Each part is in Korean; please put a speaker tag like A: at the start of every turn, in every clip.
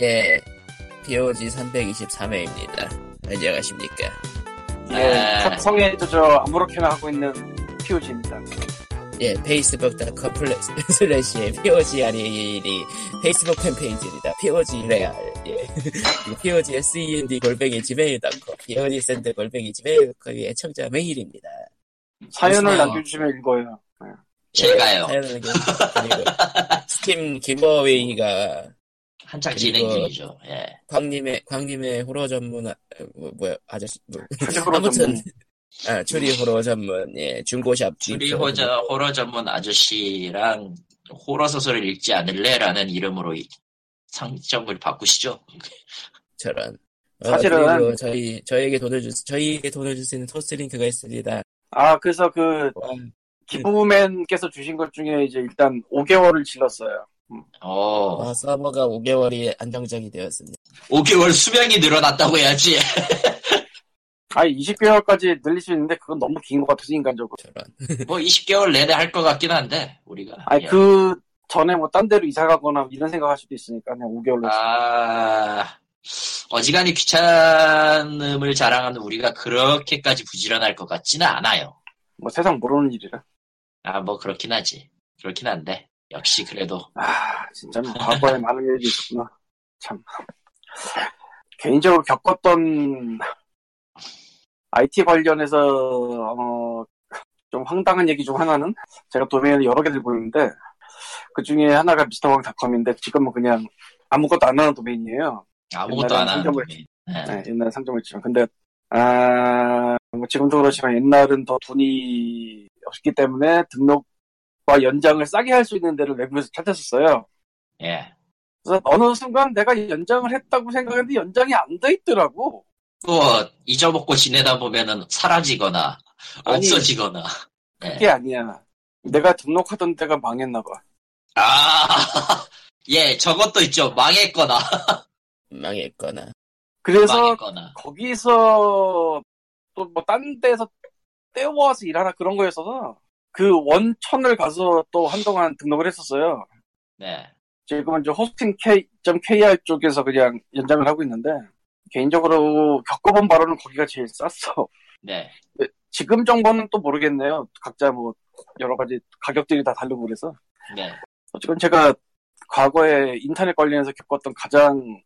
A: 예, POG 323회입니다. 안녕하십니까.
B: 예,
A: 아.
B: 탑성에 저 아무렇게나 하고 있는 POG입니다.
A: 예, 페이스북닷컴 슬래시 POG REAL이 페이스북 팬페이지입니다. POG 레알. 예. 그리고 POG SEND E 골뱅이 지메일.com, POG 샌드 골뱅이 지메일.com이 애청자 메일입니다. 예,
B: 사연을
C: 그래서-
B: 남겨주시면 읽어요. 예.
C: 제가요.
A: 사연을 남겨주시고, 스팀 김버웨이가
C: 한창
A: 그리고-
C: 진행 중이죠. 예.
A: 광님의 광님의 호러 전문 아, 뭐, 뭐야 아저씨 뭐,
B: 사적으로
A: 아무튼 아, 추리 호러 전문 예 중고샵
C: 둘이
A: 있죠.
C: 호저, 호러 전문 아저씨랑 호러 소설을 읽지 않을래라는 이름으로 이- 상점을 바꾸시죠.
A: 저런 어,
B: 사실은-
A: 그리고 저희 저희에게 돈을 주 저희에게 돈을 줄 수 있는 토스링크가 있습니다. 어,
B: 아 그래서 그
A: 와,
B: 기부맨께서 주신 것 중에 이제 일단 5개월을 질렀어요.
C: 어,
B: 아.
A: 와, 서버가 5개월이 안정적이 되었습니다.
C: 5개월 수명이 늘어났다고 해야지.
B: 아 20개월까지 늘릴 수 있는데 그건 너무 긴 것 같아서 인간적으로.
A: 저런
C: 뭐 20개월 내내 할 것 같긴 한데 우리가.
B: 아니
C: 예.
B: 그 전에 뭐 딴 데로 이사 가거나 이런 생각할 수도 있으니까 그냥 5개월로.
C: 아, 어지간히 귀찮음을 자랑하는 우리가 그렇게까지 부지런할 것 같지는 않아요.
B: 뭐 세상 모르는 일이라.
C: 아, 뭐 그렇긴 하지. 그렇긴 한데 역시 그래도
B: 아 진짜 뭐 과거에 많은 일이 있었구나. 참. 개인적으로 겪었던 IT 관련해서 어, 좀 황당한 얘기 중 하나는 제가 도메인을 여러 개 들고 있는데 그 중에 하나가 미스터왕닷컴인데 지금은 그냥 아무것도 안 하는 도메인이에요.
C: 아무것도 안 하는
B: 상점을-
C: 놈이. 예.
B: 네, 옛날에 상점을 했지만 근데 아, 뭐 지금도 그렇지만 옛날은 더 돈이 없기 때문에 등록과 연장을 싸게 할 수 있는 데를 외국에서 찾았었어요.
C: 예.
B: 그래서 어느 순간 내가 연장을 했다고 생각했는데 연장이 안 돼 있더라고.
C: 또 잊어먹고 지내다 보면은 사라지거나
B: 아니.
C: 없어지거나. 예.
B: 그게 아니야. 내가 등록하던 데가 망했나 봐.
C: 아, 예, 저것도 있죠. 망했거나
A: 망했거나
B: 그래서
C: 망했거나.
B: 거기서 또 뭐 딴 데서 떼워와서 일하나 그런 거였어서 그 원천을 가서 또 한동안 등록을 했었어요.
C: 네.
B: 지금은 이제 호스팅 K.kr 쪽에서 그냥 연장을 하고 있는데 개인적으로 겪어본 바로는 거기가 제일 쌌어.
C: 네.
B: 지금 정보는 또 모르겠네요. 각자 뭐 여러 가지 가격들이 다 다르고 그래서.
C: 네.
B: 어쨌건 제가 과거에 인터넷 관련해서 겪었던 가장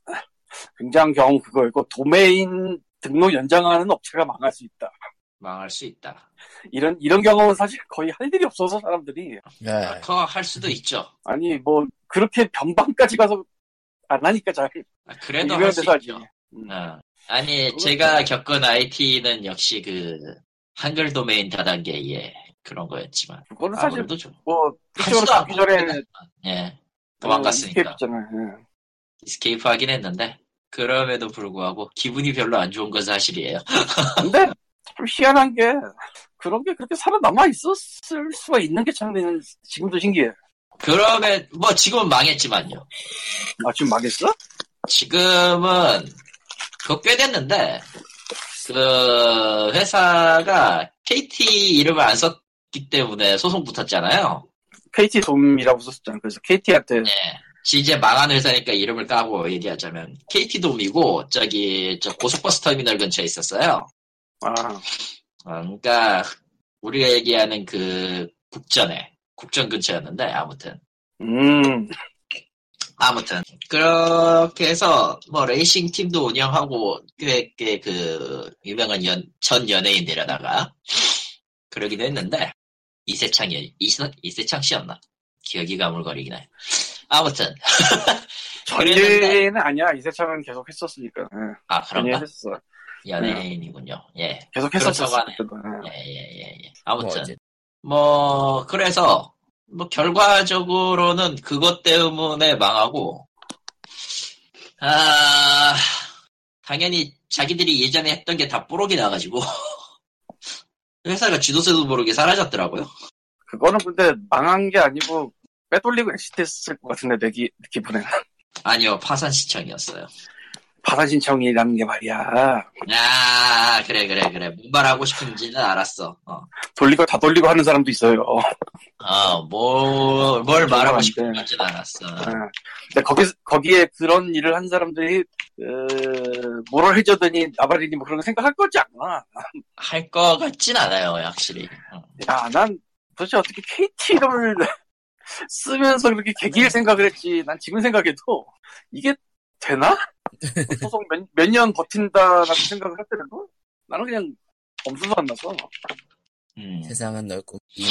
B: 굉장한 경험 그거였고 도메인 등록 연장하는 업체가 망할 수 있다.
C: 망할 수 있다.
B: 이런 이런 경험은 사실 거의 할 일이 없어서 사람들이
A: 아,
C: 그거 할
B: 음.
C: 수도 있죠.
B: 아니 뭐 그렇게 변방까지 가서 안 하니까 잘
C: 아, 그래도
B: 유명한
C: 할 수
B: 데서 하지.
C: 있죠.
B: 음.
C: 어. 아니, 제가 겪은 IT는 역시 그 한글 도메인 다단계의 그런 거였지만
B: 그거는 사실
C: 아무래도 좀
B: 뭐
C: 하지도
B: 그쪽으로 가기
C: 않고
B: 전에
C: 그냥, 예
B: 그
C: 도망갔으니까
B: 있잖아요. 예.
C: 이스케이프 하긴 했는데 그럼에도 불구하고 기분이 별로 안 좋은 건 사실이에요.
B: 근데 참 희한한 게 그런 게 그렇게 살아남아 있었을 수가 있는 게참 지금도 신기해.
C: 그러면 뭐 지금은 망했지만요.
B: 아 지금 망했어?
C: 지금은 그거 꽤 됐는데 그 회사가 KT 이름을 안 썼기 때문에 소송 붙었잖아요.
B: KT 돔이라고 썼잖아. 그래서 KT한테
C: 네. 이제 망한 회사니까 이름을 까고 얘기하자면 KT 돔이고 저기 저 고속버스 터미널 근처에 있었어요.
B: 아,
C: 어, 그러니까 우리가 얘기하는 그 국전에 국전 근처였는데 아무튼
B: 음,
C: 아무튼 그렇게 해서 뭐 레이싱 팀도 운영하고 꽤 꽤 그 유명한 연, 전 연예인들에다가 그러기도 했는데 이세창이 이세, 이세창 씨였나 기억이 가물거리긴 해. 아무튼 그랬는데
B: 전예는 아니야. 이세창은 계속 했었으니까. 예,
C: 아
B: 전예
C: 그런가
B: 했었어.
C: 연예인이군요. 예
B: 계속
C: 그렇다고
B: 했었어.
C: 하네.
B: 그때도. 예.
C: 예, 예, 예, 예.
A: 뭐
C: 아무튼
A: 어째-
C: 뭐 그래서 뭐 결과적으로는 그것 때문에 망하고 아 당연히 자기들이 예전에 했던 게 다 뽀록이 나가지고 회사가 쥐도새도 모르게 사라졌더라고요.
B: 그거는 근데 망한 게 아니고 빼돌리고 엑시트했을 것 같은데 내 기, 기분에.
C: 아니요 파산 시청이었어요.
B: 파산 신청이라는 게 말이야.
C: 아, 그래, 그래, 그래. 뭔 말하고 싶은지는 알았어. 어,
B: 돌리고 다 돌리고 하는 사람도 있어요.
C: 어 뭘, 뭘 말하고
B: 안
C: 싶은지는 알았어.
B: 어. 근데 거기 거기에 그런 일을 한 사람들이 어, 뭐를 해줘더니 아바리니 뭐 그런 거 생각할 거지 않나?
C: 할 것 같진 않아요, 확실히. 어.
B: 야, 난 도대체 어떻게 KT를 쓰면서 그렇게
C: 네.
B: 개길 생각을 했지. 난 지금 생각해도 이게 되나? 소송 몇 년 버틴다라고 생각을 했더라도 나는 그냥 엄수도 안 나서.
C: 음.
A: 세상은 넓고 이는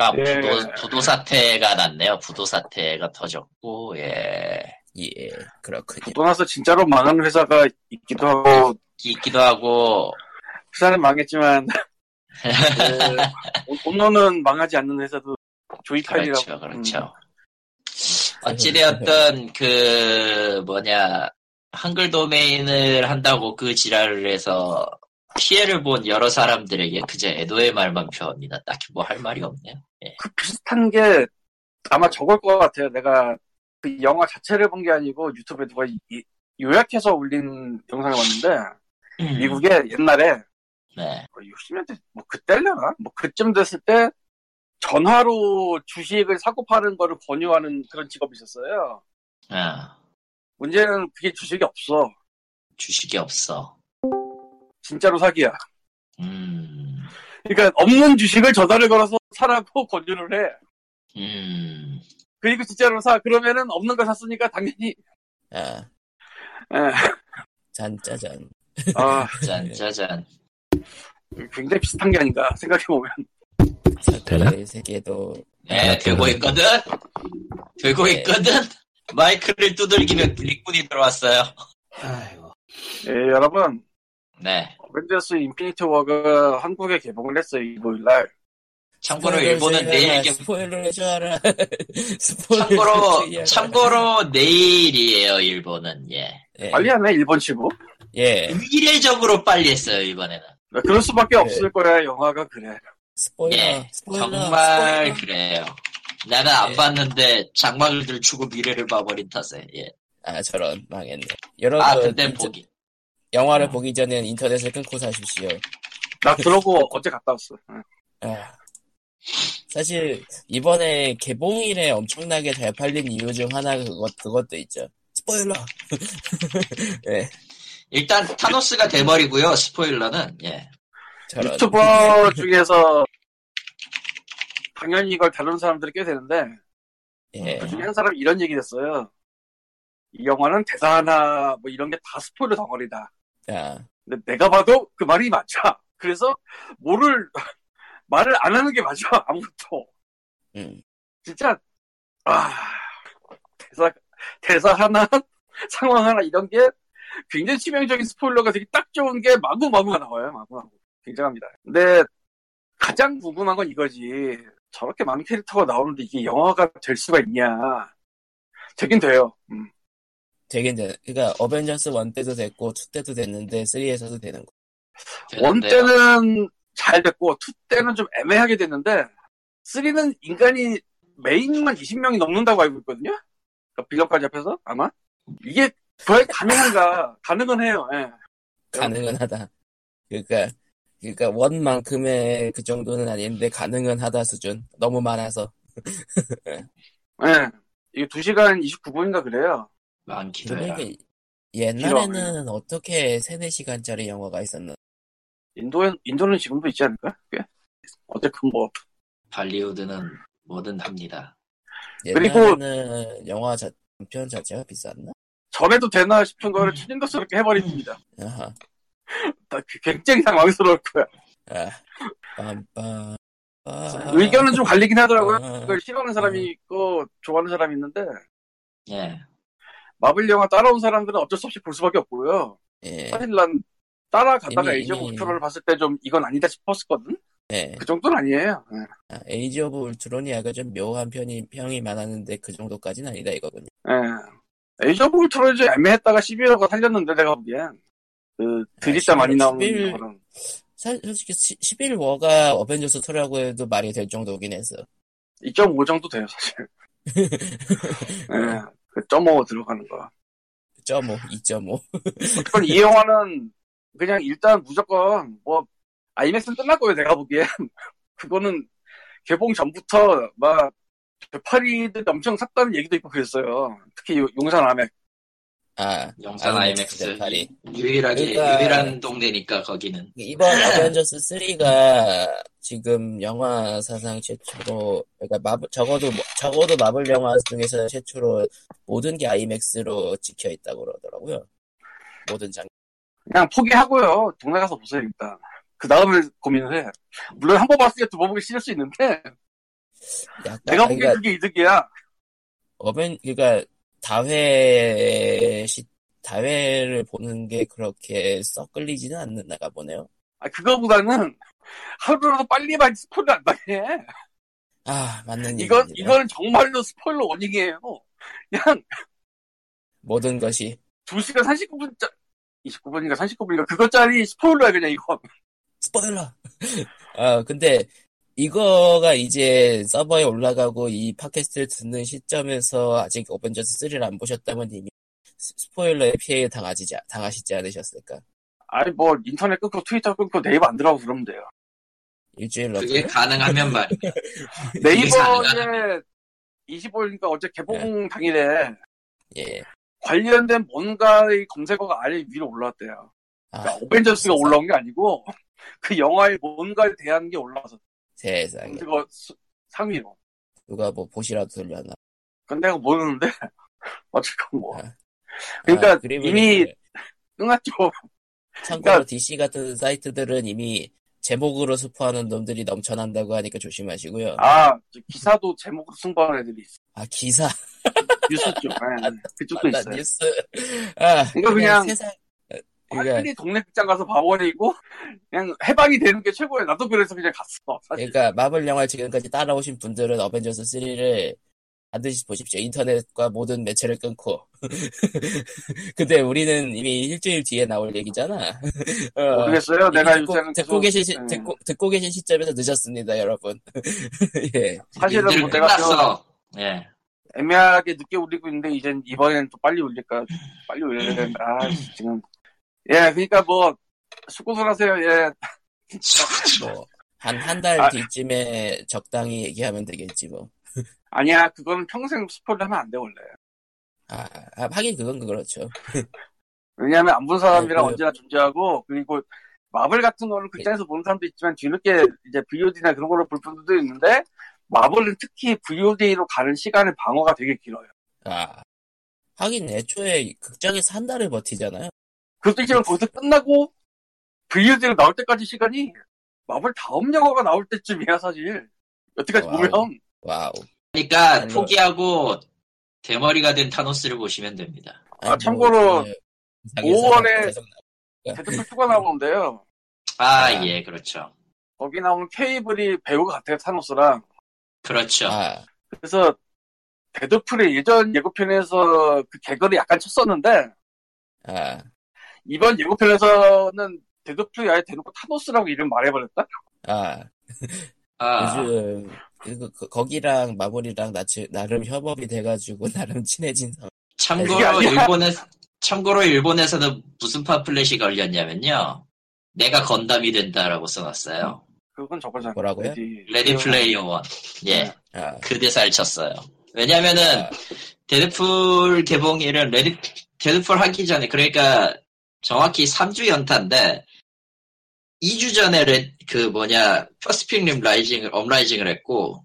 C: 아,
B: 예.
C: 부도, 부도 사태가 났네요. 부도 사태가 터졌고, 예.
A: 예 그렇군요.
B: 떠나서 진짜로 망하는 회사가 있기도 하고
C: 있기도 하고,
B: 회사는 망했지만 그, 업로는 망하지 않는 회사도 조이팔이라고. 음.
C: 그렇죠, 그렇죠. 어찌되었던 그 뭐냐 한글 도메인을 한다고 그 지랄을 해서 피해를 본 여러 사람들에게 그저 애도의 말만 표합니다. 딱히 뭐 할 말이 없네요.
B: 그 비슷한 게 아마 저걸 것 같아요. 내가 그 영화 자체를 본 게 아니고 유튜브에 누가 이- 이- 요약해서 올린 영상을 봤는데
C: 음.
B: 미국에 옛날에
C: 네.
B: 60년대 뭐 그때려나 뭐 그쯤 됐을 때 전화로 주식을 사고 파는 거를 권유하는 그런 직업이 있었어요.
C: 아,
B: 문제는 그게 주식이 없어.
C: 주식이 없어.
B: 진짜로 사기야.
C: 음,
B: 그러니까 없는 주식을 전화를 걸어서 사라고 권유를 해.
C: 음,
B: 그리고 진짜로 사. 그러면은 없는 걸 샀으니까 당연히
A: 아
B: 예.
A: 잔짜잔
B: 아,
C: 짠, 짜잔.
B: 굉장히 비슷한 게 아닌가 생각해 보면.
D: 되나?
A: 사태의 세계도
C: 네, 되고 있거든.
A: 네.
C: 되고 있거든. 마이크를 두들기면 불리꾼이 들어왔어요.
D: 아이고.
B: 예, 여러분
C: 네.
B: 어벤져스 인피니트 워가 한국에 개봉을 했어요 일요일 날.
C: 참고로
A: 스포일러를
C: 일본은
A: 해줘라,
C: 내일 경
A: 스포일러를 해줘라 스포일러를
C: 참고로
A: 해줘라.
C: 참고로 내일이에요 일본은 예
A: 예.
B: 빨리 하네 일본 치고.
A: 예
C: 의례적으로 빨리 했어요 이번에는
B: 그럴 수밖에
A: 네.
B: 없을 거야 영화가 그래.
A: 스포일러
C: 예
A: 스포일러
C: 정말
A: 스포일러.
C: 그래요 나는 안
A: 예.
C: 봤는데 장막을 들추고 미래를 봐버린 탓에 예.
A: 아 저런 망했네 여러분
C: 아 근데
A: 인터-
C: 보기
A: 영화를
B: 음.
C: 어.
A: 보기 전엔 인터넷을 끊고 사십시오
B: 나 그러고 어제 갔다 왔어. 응.
A: 아, 사실 이번에 개봉일에 엄청나게 잘 팔린 이유 중 하나가 그것 그것도 있죠. 스포일러. 예.
C: 일단 타노스가 돼버리고요 스포일러는 예
A: 저런.
B: 유튜버 중에서 당연히 이걸 다루는 사람들이 꽤 되는데
A: 예.
B: 그중에 한 사람이 이런 얘기 했어요. 이 영화는 대사 하나 뭐 이런 게 다 스포일러 덩어리다.
A: 자,
B: 근데 내가 봐도 그 말이 맞아. 그래서 뭐를 말을 안 하는 게 맞아 아무것도.
A: 음.
B: 진짜 아 대사 대사 하나 상황 하나 이런 게 굉장히 치명적인 스포일러가 되게 딱 좋은 게 마구 마구가 나와요 마구 마구 굉장합니다. 근데 가장 궁금한 건 이거지 저렇게 많은 캐릭터가 나오는데 이게 영화가 될 수가 있냐? 되긴 돼요. 음.
A: 되긴 되. 그러니까 어벤져스 1 때도 됐고 2 때도 됐는데 3에서도 되는 거.
B: 원
C: 되는데요.
B: 때는 잘 됐고 투 때는 좀 애매하게 됐는데 쓰리는 인간이 메인만 20명이 넘는다고 알고 있거든요. 그러니까 빌런까지 합해서 아마 이게 과연 가능한가? 가능은 해요. 예.
A: 가능은 하다. 그러니까 그러니까 원만큼의 그 정도는 아닌데 가능은 하다 수준. 너무 많아서.
B: 예. 이게 2시간 29분인가 그래요. 네.
C: 많기도 해라
A: 그러니까 옛날에는 어떻게 3, 4시간짜리 영화가 있었나?
B: 인도에 인도는 지금도 있지 않을까? 꽤. 어쨌든 뭐
C: 발리우드는 뭐든 합니다
B: 그리고-
A: 옛날에는 영화 자, 편 자체가 비쌌나?
B: 전에도 되나 싶은 거를
C: 음.
B: 추진도스럽게 해버립니다.
A: 아하.
B: 나그 굉장히 당황스러울 거야.
A: 아, 빰빰.
C: 아.
B: 의견은 좀 갈리긴 하더라고요.
A: 아,
B: 그걸 싫어하는 사람이 있고 좋아하는 사람이 있는데
C: 예
B: 마블 영화 따라온 사람들은 어쩔 수 없이 볼 수밖에 없고요.
A: 예,
B: 사실 난 따라가다가
A: 이미,
B: 에이지 오브
A: 이미.
B: 울트론을 봤을 때 좀 이건 아니다 싶었거든?
A: 예.
B: 그 정도는 아니에요. 예.
A: 아, 에이지 오브 울트론이 약간 좀 묘한 편이, 평이 많았는데 그 정도까지는 아니다 이거군요.
B: 예. 에이지 오브 울트론이 좀 애매했다가 11호가 살렸는데 내가 보기엔. 그 드립자
A: 아,
B: 많이 나오는
A: 11
B: 거랑.
A: 사, 솔직히 11워가 어벤져스 2라고 해도 말이 될 정도긴 했어.
B: 그 2.5 정도 돼요, 사실. 예. 그.5 들어가는 거.
A: 1.5, 2.5.
B: 그걸 이 영화는 그냥 일단 무조건 뭐 아이맥스는 끝났고요 내가 보기엔 그거는 개봉 전부터 막 파리들이 엄청 샀다는 얘기도 있고 그랬어요 특히 요- 용산 아맥
A: 아,
C: 영산
A: 아이맥스
C: 아이맥스
A: 파리.
C: 유일하게
A: 그러니까-
C: 유일한 동네니까 거기는
A: 이번 어벤져스 3가 지금 영화 사상 최초로, 그러니까 마블, 적어도, 뭐- 적어도 마블 영화 중에서 최초로 모든 게 아이맥스로 찍혀 있다고 그러더라고요. 모든 장
B: 그냥 포기하고요 동네 가서 보세요 일단 그 다음에 고민을 해 물론 한 번 봤을 때 두 번 보기 싫을 수 있는데
A: 약간,
B: 내가 보기엔
A: 그러니까
B: 그게 이득이야
A: 어벤 그러니까 다회 시 다회를 보는 게 그렇게 썩 끌리지는 않는가 보네요.
B: 아, 그거보다는 하루라도 빨리만 스포를 안 당해
A: 아 맞는 얘기
B: 이건
A: 입니다
B: 이건 정말로 스포일러 워닝이에요. 그냥
A: 모든 것이
B: 2시간 39분짜 29분인가 39분인가 그거짜리 스포일러야 그냥 이거.
A: 스포일러. 아 근데 이거가 이제 서버에 올라가고 이 팟캐스트를 듣는 시점에서 아직 어벤져스 3를 안 보셨다면 이미 스- 스포일러에 피해 당하지 당하시지 않으셨을까?
B: 아니 뭐 인터넷 끊고 트위터 끊고 네이버 안 들어가고 그러면 돼요.
A: 일주일 넘게
C: 그게 가능하면 말이야
B: 네이버에 25일인가 어제 개봉
A: 네.
B: 당일에
A: 예.
B: 관련된 뭔가의 검색어가 아래 위로 올라왔대요.
A: 아
B: 그러니까 어벤져스가 올라온 게 아니고 그 영화의 뭔가에 대한 게 올라와서
A: 세상에
B: 검색어 수- 상위로.
A: 누가 뭐 보시라도 돌려나.
B: 근데 내가 모르는데 어쨌건 뭐
A: 아,
B: 그러니까
A: 아, 네. 그림을
B: 이미 끝났죠.
A: 참고로
B: 그러니까-
A: DC 같은 사이트들은 이미 제목으로 스포하는 놈들이 넘쳐난다고 하니까 조심하시고요. 아,
B: 아, 저 기사도 제목으로 승부하는 애들이 있어.
A: 기사,
B: 뉴스 쪽. 예. 그쪽도
A: 맞다,
B: 있어요.
A: 뉴스. 아,
B: 그러니까 그냥- 아,
A: 세상. 그러니까,
B: 빨리 동네 극장 가서 봐버리고, 그냥 해방이 되는 게 최고예요. 나도 그래서 그냥 갔어. 사실.
A: 그러니까 마블 영화 를 지금까지 따라오신 분들은 어벤져스 3를 반드시 보십시오. 인터넷과 모든 매체를 끊고. 근데 우리는 이미 일주일 뒤에 나올 얘기잖아. 어,
B: 모르겠어요.
A: 이미
B: 내가
A: 듣고,
B: 요새는
A: 듣고
B: 계속-
A: 계신 시,
B: 예.
A: 듣고, 듣고 계신 시점에서 늦었습니다, 여러분. 예.
B: 사실은
C: 님들
B: 뭐 내가
C: 끝났어 예
B: 애매하게 늦게 올리고 있는데, 이젠 이번에는 또 빨리 올릴까. 빨리 올려야 된다. 아, 씨, 지금. 예, 그러니까 뭐, 수고들 하세요. 예.
A: 뭐, 한, 한 달
B: 아.
A: 뒤쯤에 적당히 얘기하면 되겠지, 뭐.
B: 아니야, 그건 평생 스포를 하면 안 돼, 원래.
A: 아, 아, 하긴 그건 그렇죠.
B: 왜냐하면 안 본
A: 네,
B: 사람이랑
A: 그- 네.
B: 언제나 존재하고 그리고 마블 같은 거는 극장에서 보는 사람도 있지만 뒤늦게 이제 VOD나 그런 걸로 볼 분들도 있는데 마블은 특히 VOD로 가는 시간의 방어가 되게 길어요.
A: 아, 하긴 애초에 극장에서 한 달을 버티잖아요.
B: 그것도 있지만 거기서 끝나고 VOD로 나올 때까지 시간이 마블 다음 영화가 나올 때쯤이야 사실. 여태까지
A: 와우.
B: 보면
A: 와우.
C: 그러니까
A: 별로.
C: 포기하고 대머리가 된 타노스를 보시면 됩니다
A: 아니,
B: 아,
A: 뭐,
B: 참고로
A: 그, 이상해서
B: 오월에-
A: 계속 나-
B: 데드풀 2가 나오는데요.
C: 아
A: 아.
C: 예 그렇죠
B: 거기 나오는 케이블이 배우가 같아요 타노스랑.
C: 그렇죠
A: 아,
B: 그래서 데드풀의 예전 예고편에서 그 개그를 약간 쳤었는데
A: 아,
B: 이번 예고편에서는 데드풀이 아예 대놓고 타노스라고 이름 말해버렸다?
A: 아.
C: 아,
A: 요즘, 그, 그- 거기랑 마블이랑 나, 나름 협업이 돼가지고, 나름 친해진 상황.
B: 이게
C: 참고로
B: 아니야.
C: 일본에 참고로 일본에서는 무슨 파플렛이 걸렸냐면요. 내가 건담이 된다라고 써놨어요.
B: 그건 저거잖아.
A: 뭐라고요?
B: 레디,
C: 레디 플레이어 원. 예,
A: 아,
C: 그 대사를 쳤어요. 왜냐면은
A: 아,
C: 데드풀 개봉일은 레디 데드풀 하기 전에 그러니까 정확히 3주 연타인데 2주 전에 레- 그 뭐냐 퍼스픽님 라이징을 업라이징을 했고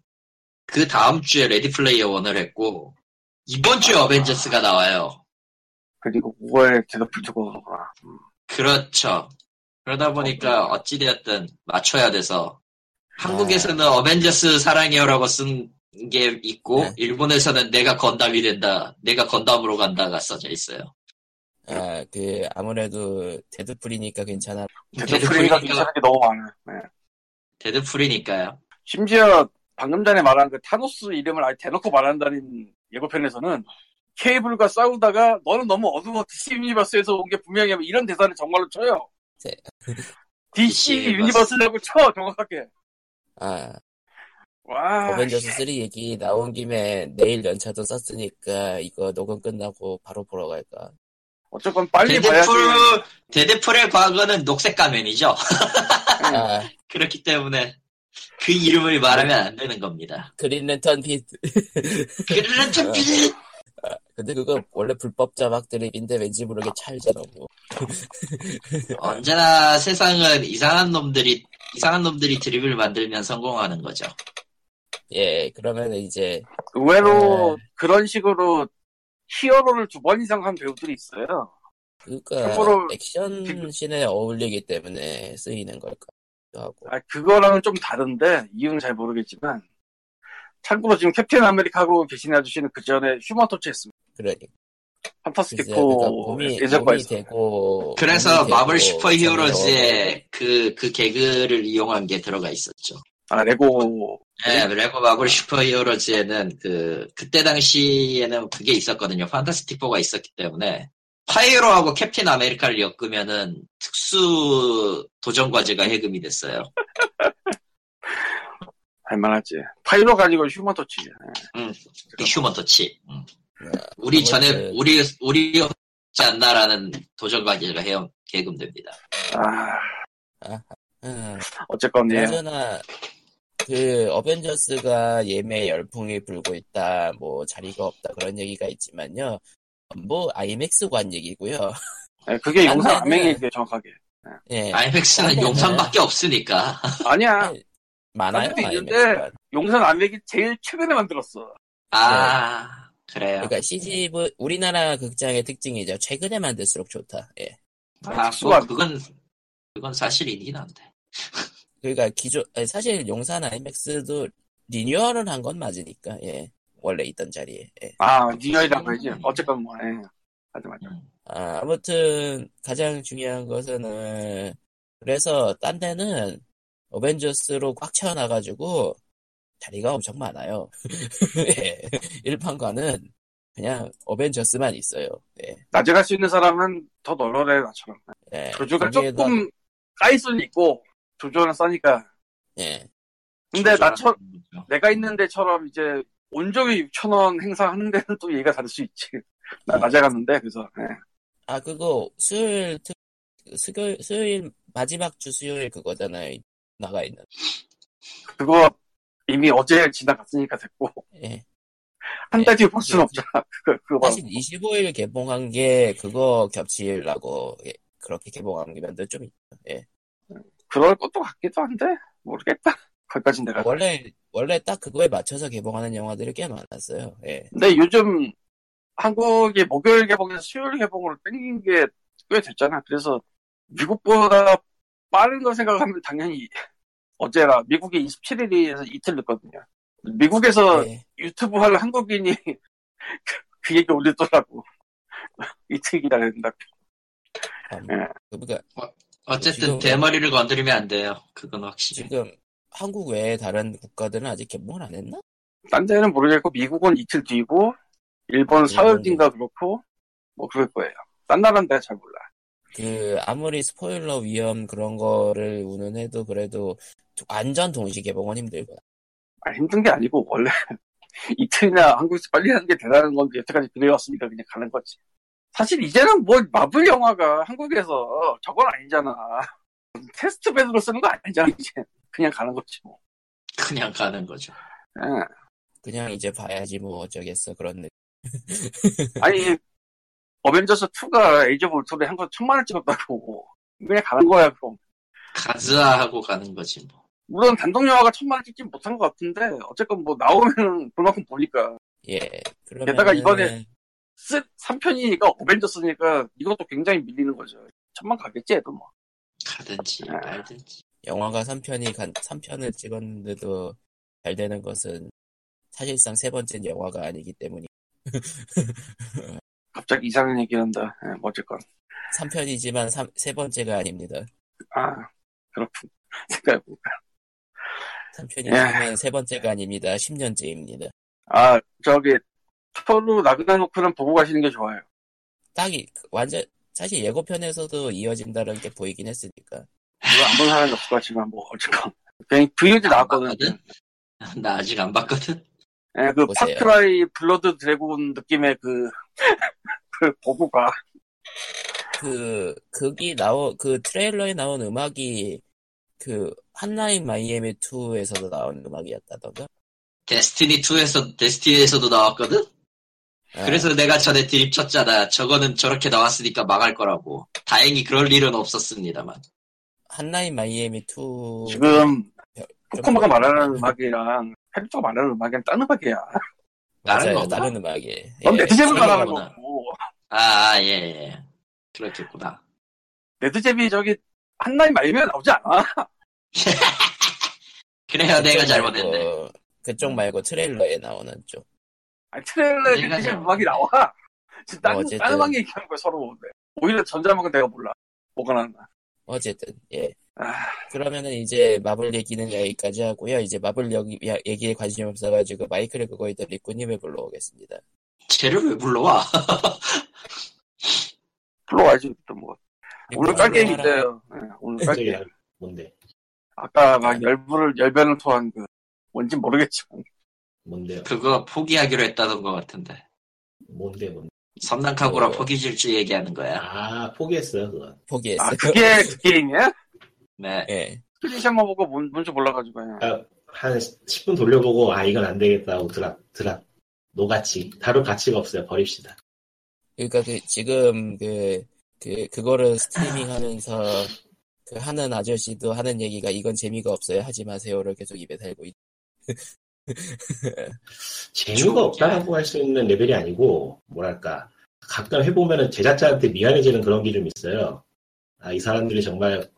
C: 그 다음 주에 레디 플레이어 원을 했고 이번 주에 어벤져스가 나와요.
B: 그리고 5월에 데드풀 저거 나오구나.
C: 그렇죠. 그러다 보니까 어찌되었든 네. 맞춰야 돼서 한국에서는 어벤져스 사랑해요라고 쓴 게 있고
A: 네.
C: 일본에서는 내가 건담이 된다, 내가 건담으로 간다가 써져 있어요.
A: 아, 그, 아무래도, 데드풀이니까 괜찮아.
B: 데드풀이가 괜찮은 게 너무 많아. 네.
C: 데드풀이니까요.
B: 심지어 방금 전에 말한 그 타노스 이름을 아예 대놓고 말한다는 예고편에서는 케이블과 싸우다가 너는 너무 어두워 DC 유니버스에서 온 게 분명히 하면 이런 대사를 정말로 쳐요.
A: 네.
B: DC
C: 유니버스.
B: 유니버스라고 쳐 정확하게.
A: 아,
B: 와.
A: 어벤져스 3 얘기 나온 김에 내일 연차도 썼으니까 이거 녹음 끝나고 바로 보러 갈까?
B: 어쨌건 빨리 봐야지.
C: 데드풀 데드풀의 과거는 녹색 가면이죠.
A: 아,
C: 그렇기 때문에 그 이름을 말하면 안 되는 겁니다.
A: 그린 랜턴 빛.
C: 그렇죠.
A: 근데 그거 원래 불법 자막 드립인데 왠지 모르게 찰져 너무.
C: 언제나 세상은 이상한 놈들이 이상한 놈들이 드립을 만들면 성공하는 거죠.
A: 예, 그러면 이제
B: 의외로
A: 네.
B: 그런 식으로 히어로를 두 번 이상 한 배우들이 있어요.
A: 그니까
B: 참고로
A: 그러니까 액션
B: 지금-
A: 씬에 어울리기 때문에 쓰이는 걸까 하고.
B: 아, 그거랑은 좀 다른데 이유는 잘 모르겠지만 참고로 지금 캡틴 아메리카 하고 계신 아저씨는 그 전에 휴먼 터치 했습니다.
A: 그러니까
B: 판타스틱
A: 이제 그러니까
B: 포
A: 몸이
B: 예전
A: 몸이
B: 거에서
A: 되고
C: 그래서
A: 몸이
C: 마블
A: 되고 정의로워.
C: 어, 슈퍼히어로즈에 그, 그 개그를 이용한 게 들어가 있었죠.
B: 아 레고
C: 네, 레고 마블 슈퍼히어로즈에는 그 그때 당시에는 그게 있었거든요. 판타스틱 4가 있었기 때문에 파이로하고 캡틴 아메리카를 엮으면은 특수 도전 과제가 해금이 됐어요.
B: 할만하지. 파이로 가지고 휴먼 터치.
C: 그 휴먼 터치. 음.
A: 네,
C: 우리 전에
A: 아무튼.
C: 우리 우리 없지 않나라는 도전 과제가 해 해금됩니다.
B: 아
A: 음,
B: 어쨌건 예.
A: 그나저나 그 어벤져스가 예매 열풍이 불고 있다, 뭐 자리가 없다 그런 얘기가 있지만요. 뭐 아이맥스관 얘기고요.
B: 예, 그게 용산
A: 아니면은-
B: 암행이에요 정확하게.
A: 예,
C: 아이맥스는
A: 네.
C: 용산밖에 없으니까
B: 아니야
A: 아니, 많아요
B: 사람들이 있는데
A: 아이맥스관.
B: 용산 암행이 제일 최근에 만들었어.
C: 아 그래요.
A: 그러니까 CG 우리나라 극장의 특징이죠. 최근에 만들수록 좋다. 예.
C: 아 뭐,
B: 특수한-
C: 그건 그건 사실이긴 한데.
A: 그러니까 기존 아니, 사실 용산 아이맥스도 리뉴얼을 한 건 맞으니까 예 원래 있던 자리에 예.
B: 아 니얼이라고 해야지. 어쨌건 뭐 예. 맞아 맞아.
A: 아, 아무튼 가장 중요한 것은 어, 그래서 딴 데는 어벤져스로 꽉 채워놔가지고 자리가 엄청 많아요 예. 일판과는 그냥 어벤져스만 있어요 예.
B: 낮에 갈 수 있는 사람은 더 널널해 나처럼.
A: 예.
B: 조조가
A: 거기에다-
B: 조금 까일 수는 있고 조조는 싸니까.
A: 예.
B: 근데 나처럼
C: 조절하는 거죠.
B: 내가 있는 데처럼 이제 온종일 6천 원 행사하는 데는 또 이해가 다를 수 있지. 나
A: 네.
B: 낮에 갔는데 그래서 예.
A: 아 그거 수요일 특 수요일, 수요일 마지막 주 수요일 그거잖아요 나가 있는
B: 그거 이미 어제 지나갔으니까 됐고
A: 예.
B: 한 달 뒤에 볼 수는 없잖아. 그거 그거 봐.
A: 네. 사실 25일 개봉한 게 그거 겹치려고 예, 그렇게 개봉한 게 면도 좀 있-
B: 그럴 것도 같기도 한데 모르겠다. 거기까진 내가.
A: 원래 원래 딱 그거에 맞춰서 개봉하는 영화들이 꽤 많았어요. 예.
B: 근데 요즘 한국이 목요일 개봉에서 수요일 개봉으로 땡긴 게 꽤 됐잖아. 그래서 미국보다 빠른 걸 생각하면 당연히 어제라 미국이 27일에서 이틀 늦거든요. 미국에서
A: 예.
B: 유튜브 할 한국인이 그- 그 얘기 올리더라고. 이틀 기다려야 된다.
A: 참.
B: 예.
A: 그러니까
C: 어쨌든
A: 지금- 네.
C: 대머리를 건드리면 안 돼요. 그건 확실히.
A: 지금 한국 외에 다른 국가들은 아직 개봉을 안 했나?
B: 딴 데는 모르겠고 미국은 이틀 뒤고 일본 사흘
A: 일본도.
B: 뒤인가 그렇고 뭐 그럴 거예요. 딴 나라는 내가 잘 몰라.
A: 그 아무리 스포일러 위험 그런 거를 운운해도 그래도 안전 동시 개봉은 힘들고
B: 아, 힘든 게 아니고 원래 이틀이나 한국에서 빨리 하는 게 대단한 건데 여태까지 그래왔으니까 그냥 가는 거지. 사실 이제는 뭐 마블 영화가 한국에서 저건 아니잖아. 테스트 배드로 쓰는 거 아니잖아 이제. 그냥 가는 거지 뭐.
C: 그냥 가는 거죠.
B: 예.
A: 그냥 이제 봐야지 뭐 어쩌겠어 그런 느낌.
B: 아니 어벤져스 2가 에이즈 오브 울트론에 한국 천만 원 찍었다고. 그냥 가는 거야 그럼.
C: 가즈아 하고 가는 거지 뭐.
B: 물론 단독 영화가 천만 원 찍진 못한 것 같은데 어쨌건 뭐 나오면 그만큼 보니까
A: 예. 그러면
B: 게다가 이번에- 3편이니까 어벤져스니까 이것도 굉장히 밀리는 거죠. 천만 가겠지 얘도 뭐.
C: 가든지
B: 아.
C: 말든지.
A: 영화가 3편이 간 3편을 찍었는데도 잘 되는 것은 사실상 세 번째 영화가 아니기 때문이
B: 갑자기 이상한 얘기한다. 예, 뭐 어쨌건.
A: 3편이지만 세 번째가 아닙니다.
B: 아, 그렇군. 생각해보니까.
C: 예.
A: 3편이지만 세 번째가 아닙니다. 10년째입니다.
B: 아, 저기, 토르 라그나노크는 보고 가시는 게 좋아요.
A: 딱이 그 완전 사실 예고편에서도 이어진다는 게 보이긴 했으니까.
B: 물론 안 본 사람이 없을 것 같지만, 뭐, 어쨌건. 그냥 VOD 나왔거든.
C: 봤거든? 나 아직 안 봤거든.
B: 예, 그,
A: 보세요.
B: 파크라이 블러드 드래곤 느낌의 그, 그, 보고 가.
A: 그 거기 나오 그 트레일러에 나온 음악이 그 한라인 마이애미 2에서도 나온 음악이었다던가.
C: 데스티니 2에서 데스티니에서도 나왔거든.
A: 아,
C: 그래서 내가 전에 드립 쳤잖아. 저거는 저렇게 나왔으니까 망할 거라고. 다행히 그럴 일은 없었습니다만.
A: 아, 한라인 마이애미 2
B: 지금 코코마가 말하는 음악이랑 캐릭터가 말하는 음악이랑 딴 음악이야.
C: 다른
A: 맞아요
C: 건가?
A: 다른 음악이에요. 예,
B: 넌 네드잽을
C: 그런
B: 말하는
C: 거구나.
B: 거고.
C: 아, 아, 예, 예. 그렇겠구나.
B: 네드잽이 저기 한나이 말면 나오지 않아.
C: 그래야 내가
A: 그쪽
C: 잘못했네. 음.
A: 말고- 그쪽 말고 트레일러에 나오는 쪽.
B: 아니, 트레일러에
C: 내가
B: 네드잽
C: 잘-
B: 음악이 나와. 지금 딴,
A: 어, 어쨌든.
B: 딴 음악 얘기하는 거야, 서로. 네. 오히려 전자음악은 내가 몰라. 뭐가 나나.
A: 어쨌든 예.
B: 아,
A: 그러면은 이제 마블 얘기는 여기까지 하고요. 이제 마블 여기, 야- 얘기에 관심이 없어가지고 마이크를 그거에 다 리꾸님을 불러오겠습니다.
C: 아, 쟤를 왜 불러와?
B: 불러와야지, 또 뭐.
A: 예,
B: 오늘 깔
A: 리꾸님
B: 게임인데,
A: 하라-
B: 요 오늘 깔 게임.
D: 갑자기 뭔데?
B: 아까 막 열불을, 열변을 토한 그, 뭔지 모르겠지만.
D: 뭔데요?
C: 그거 포기하기로 했다던 것 같은데.
D: 뭔데 뭔데?
C: 섬난카구라
A: 어.
C: 포기질주 얘기하는 거야.
D: 아 포기했어요 그건.
A: 포기했어요.
B: 아, 그게 그 게임이야?
C: 네.
A: 예.
B: 스크린샷만 보고 뭔, 뭔지 몰라가지고. 그냥.
D: 아, 한 10분 돌려보고 아 이건 안 되겠다고 드랍 드랍 노같이 다룰 가치가 없어요 버립시다.
A: 그러니까 그 지금 그, 그 그거를 스트리밍하면서 그 하는 아저씨도 하는 얘기가 이건 재미가 없어요. 하지 마세요를 계속 입에 달고 있.
D: 재미가 없다라고 할 수 있는 레벨이 아니고 뭐랄까 가끔 해보면은 제작자한테 미안해지는 그런 게 좀 있어요. 아 이 사람들이 정말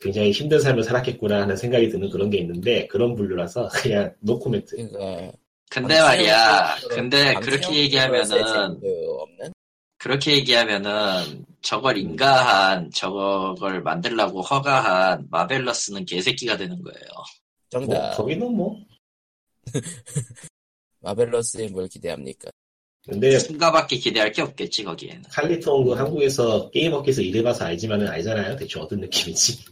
D: 굉장히 힘든 삶을 살았겠구나 하는 생각이 드는 그런 게 있는데 그런 분류라서 그냥 노코멘트.
A: 그러니까
C: 근데 말이야.
A: 방치형
C: 근데 네, 그렇게
A: 방치형
C: 얘기하면은,
A: 재미도 없는.
C: 그렇게 얘기하면은, 저걸 인가한, 저걸 만들라고 허가한 마벨러스는 개새끼가 되는 거예요.
D: 뭐
A: 정답.
D: 거기는 뭐
A: 마벨러스에 뭘 기대합니까?
D: 근데
C: 승가밖에 기대할 게 없겠지, 거기에는.
D: 칼리토 그 한국에서 게임업계에서 일해봐서 알지만은 알잖아요 대충 어떤 느낌인지.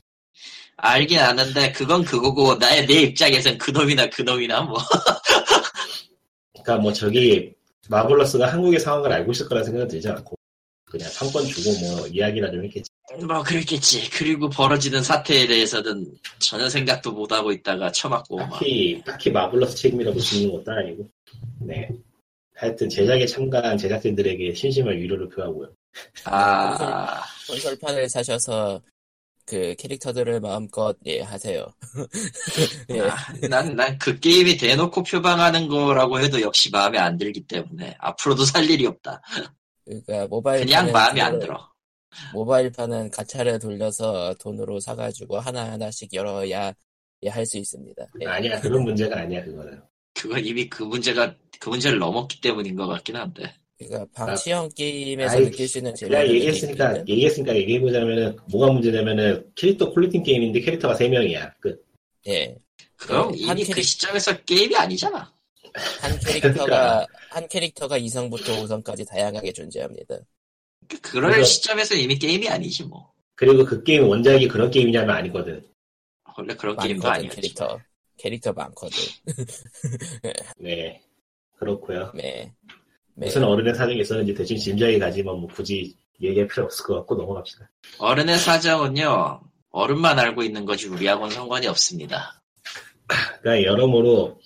C: 알긴 아는데, 그건 그거고, 나의 내 입장에선 그놈이나 그놈이나 뭐.
D: 그러니까 뭐 저기 마블러스가 한국의 상황을 알고 있을 거라 생각은 들지 않고 그냥 상권 주고 뭐 이야기나 좀 했겠지.
C: 뭐 그랬겠지. 그리고 벌어지는 사태에 대해서는 전혀 생각도 못 하고 있다가 쳐맞고 뭐 막.
D: 딱히 딱히 마블러스 책임이라고 짓는 것도 아니고. 네. 하여튼 제작에 참가한 제작진들에게 심심한 위로를 표하고요.
C: 아
A: 콘솔판을 사셔서 그 캐릭터들을 마음껏 예 하세요. 예.
C: 난 난 그 게임이 대놓고 표방하는 거라고 해도 역시 마음에 안 들기 때문에 앞으로도 살 일이 없다.
A: 그러니까 모바일
C: 그냥
A: 판은
C: 마음에 안
A: 그거를-
C: 들어.
A: 모바일판은 가차를 돌려서 돈으로 사가지고 하나 하나씩 열어야 할 수 있습니다. 예.
D: 아니야 그런 문제가 아니야 그거는.
C: 그건 이미 그 문제가 그 문제를 넘었기 때문인 것 같긴 한데.
A: 그러니까 방치형 게임에서
D: 아, 아이,
A: 느낄 수 있는
D: 그냥
A: 재미를
D: 얘기했으니까
A: 느끼는
D: 얘기했으니까 얘기해보자면은 뭐가 문제냐면은 캐릭터 콜렉팅 게임인데 캐릭터가 3 명이야. 그, 끝.
A: 예.
C: 그럼
A: 네, 한
C: 이미 그
A: 캐릭-
C: 시점에서 게임이 아니잖아.
A: 한 캐릭터가 한 캐릭터가 2성부터 5성까지 다양하게 존재합니다.
C: 그럴
D: 그래서-
C: 시점에서 이미 게임이 아니지 뭐.
D: 그리고 그 게임 원작이 그런 게임이냐면 아니거든.
C: 원래 그런 게임도
A: 많거든
C: 아니었지.
A: 캐릭터 캐릭터 많거든.
D: 네 그렇고요.
A: 네. 네.
D: 무슨 어른의 사정이 있었는지 대충 짐작이 가지만 뭐 굳이 얘기할 필요 없을 것 같고 넘어갑시다.
C: 어른의 사정은요. 어른만 알고 있는 거지 우리하고는 상관이 없습니다.
D: 그러니까 여러모로